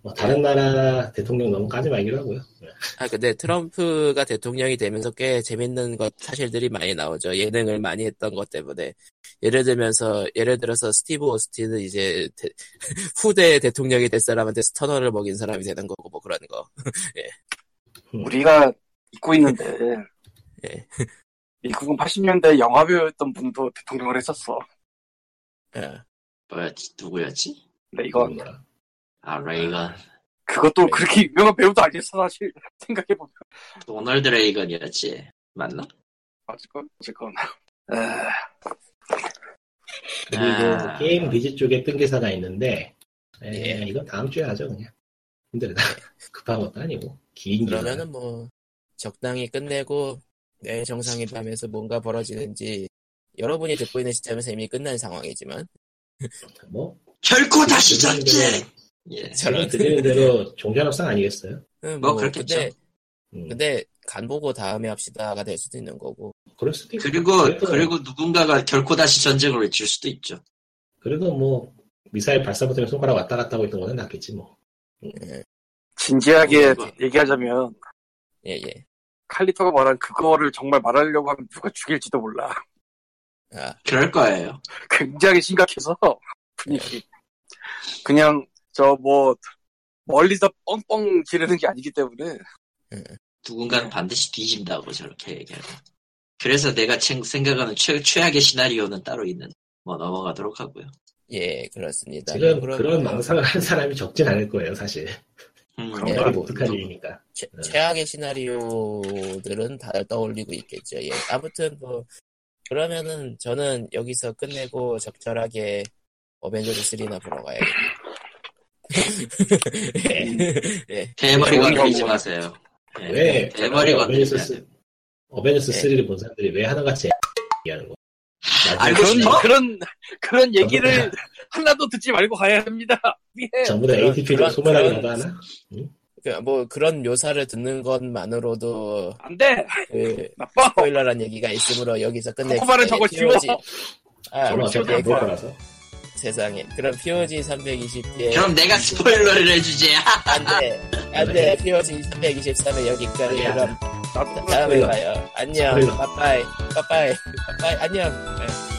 D: 뭐 다른 나라 대통령 너무 까지 말기로 하고요. 네,
A: 아, 근데 트럼프가 대통령이 되면서 꽤 재밌는 것, 사실들이 많이 나오죠. 예능을 많이 했던 것 때문에. 예를 들면서, 예를 들어서 스티브 오스틴은 이제 대- 후대 대통령이 될 사람한테 스터너를 먹인 사람이 되는 거고, 뭐 그런 거.
B: 우리가 잊고 있는데
A: 예.
B: 미국은 80년대 영화배우였던 분도 대통령을 했었어.
A: 예.
C: 뭐였지? 누구였지?
B: 근데 이건
D: 뭐라.
C: 아 레이건.
B: 그것도 그렇게 유명한 배우도 아니었어 사실 생각해보면
C: 도널드 레이건이었지. 맞나?
B: 어쨌건 어쨌건
D: 그리고
C: 아.
D: 게임 비즈 쪽에 뜬 기사가 있는데 에,
A: 예.
D: 이건 다음 주에 하죠 그냥 힘들다 급한 것도 아니고 긴 기사.
A: 그러면은 뭐, 적당히 끝내고, 내일 정상회담에서 뭔가 벌어지는지, 여러분이 듣고 있는 시점에서 이미 끝난 상황이지만,
D: 뭐
C: 결코 다시 전쟁. 예.
D: 저는
A: 저런,
D: 들리는 대로 종전협상 아니겠어요?
A: 음,
C: 뭐
A: 뭐,
C: 그렇겠죠.
A: 근데,
D: 음,
A: 근데, 간 보고 다음에 합시다가 될 수도 있는 거고,
D: 그럴 수도 있고
C: 그리고
D: 그래도-
C: 그리고 누군가가 결코 다시 전쟁을 외칠 수도 있죠.
D: 그래도 뭐 미사일 발사부 때문에 손가락 왔다 갔다 하고 있던 거는 낫겠지 뭐.
B: 진지하게
C: 어, 이거.
B: 얘기하자면
A: 예, 예.
B: 칼리토가 말한 그거를 정말 말하려고 하면 누가 죽일지도 몰라
A: 아,
C: 그럴 거예요.
B: 굉장히 심각해서 분위기 그냥 저 뭐 멀리서 뻥뻥 지르는 게 아니기 때문에
C: 누군가는 반드시 뒤진다고 저렇게 얘기하고. 그래서 내가 챙- 생각하는 최, 최악의 시나리오는 따로 있는. 뭐 넘어가도록 하고요.
A: 예, 그렇습니다.
D: 지금
A: 그럼-
D: 그런 망상을 한 사람이 적진 않을 거예요 사실.
C: 음,
B: 그런
A: 예,
D: 정말
A: 뭐,
D: 독특한 일이니까.
A: 최, 최악의 시나리오들은 다 떠올리고 있겠죠. 예. 아무튼 뭐 그러면은 저는 여기서 끝내고 적절하게 어벤져스 3나 보러 가야겠요 예.
C: 대머리
B: 좋은
C: 건드리지
B: 방법.
C: 마세요. 예,
D: 왜
C: 대머리 건드리지 마세요.
D: 어벤져스 어벤져스
A: 네.
D: 3를 본 사람들이 왜 하나같이 얘기하는 거야?
A: 아,
C: 알고
D: 나중에
B: 아, 그런 아, 네. 그런
C: 싶어?
B: 그런 얘기를
D: 전부 다-
B: 하나도 듣지 말고 가야 합니다. 예.
D: 전부 다
A: 그런-
D: ATP를
A: 그런-
D: 소멸하기라도
A: 그런-
D: 하나?
A: 그러니까 뭐 그런 묘사를 듣는 것만으로도
B: 안 돼!
A: 그
B: 나빠!
A: 스포일러라는 얘기가 있으므로 여기서 끝내.
B: 코코바를 저거 지워!
A: 아,
D: 저는 어차피 안볼
A: 그러니까
D: 거라서.
A: 세상에. 그럼 POG 320에
C: 그럼 내가 스포일러를 해주지.
A: 안돼 안돼 POG 323에 여기까지
D: 그래야
A: 그럼
B: 나도
A: 다음에 eh.
D: 스포일러.
A: 봐요. 안녕.
D: 스포일러.
A: 빠빠이 빠빠이 빠빠이 안녕. 네.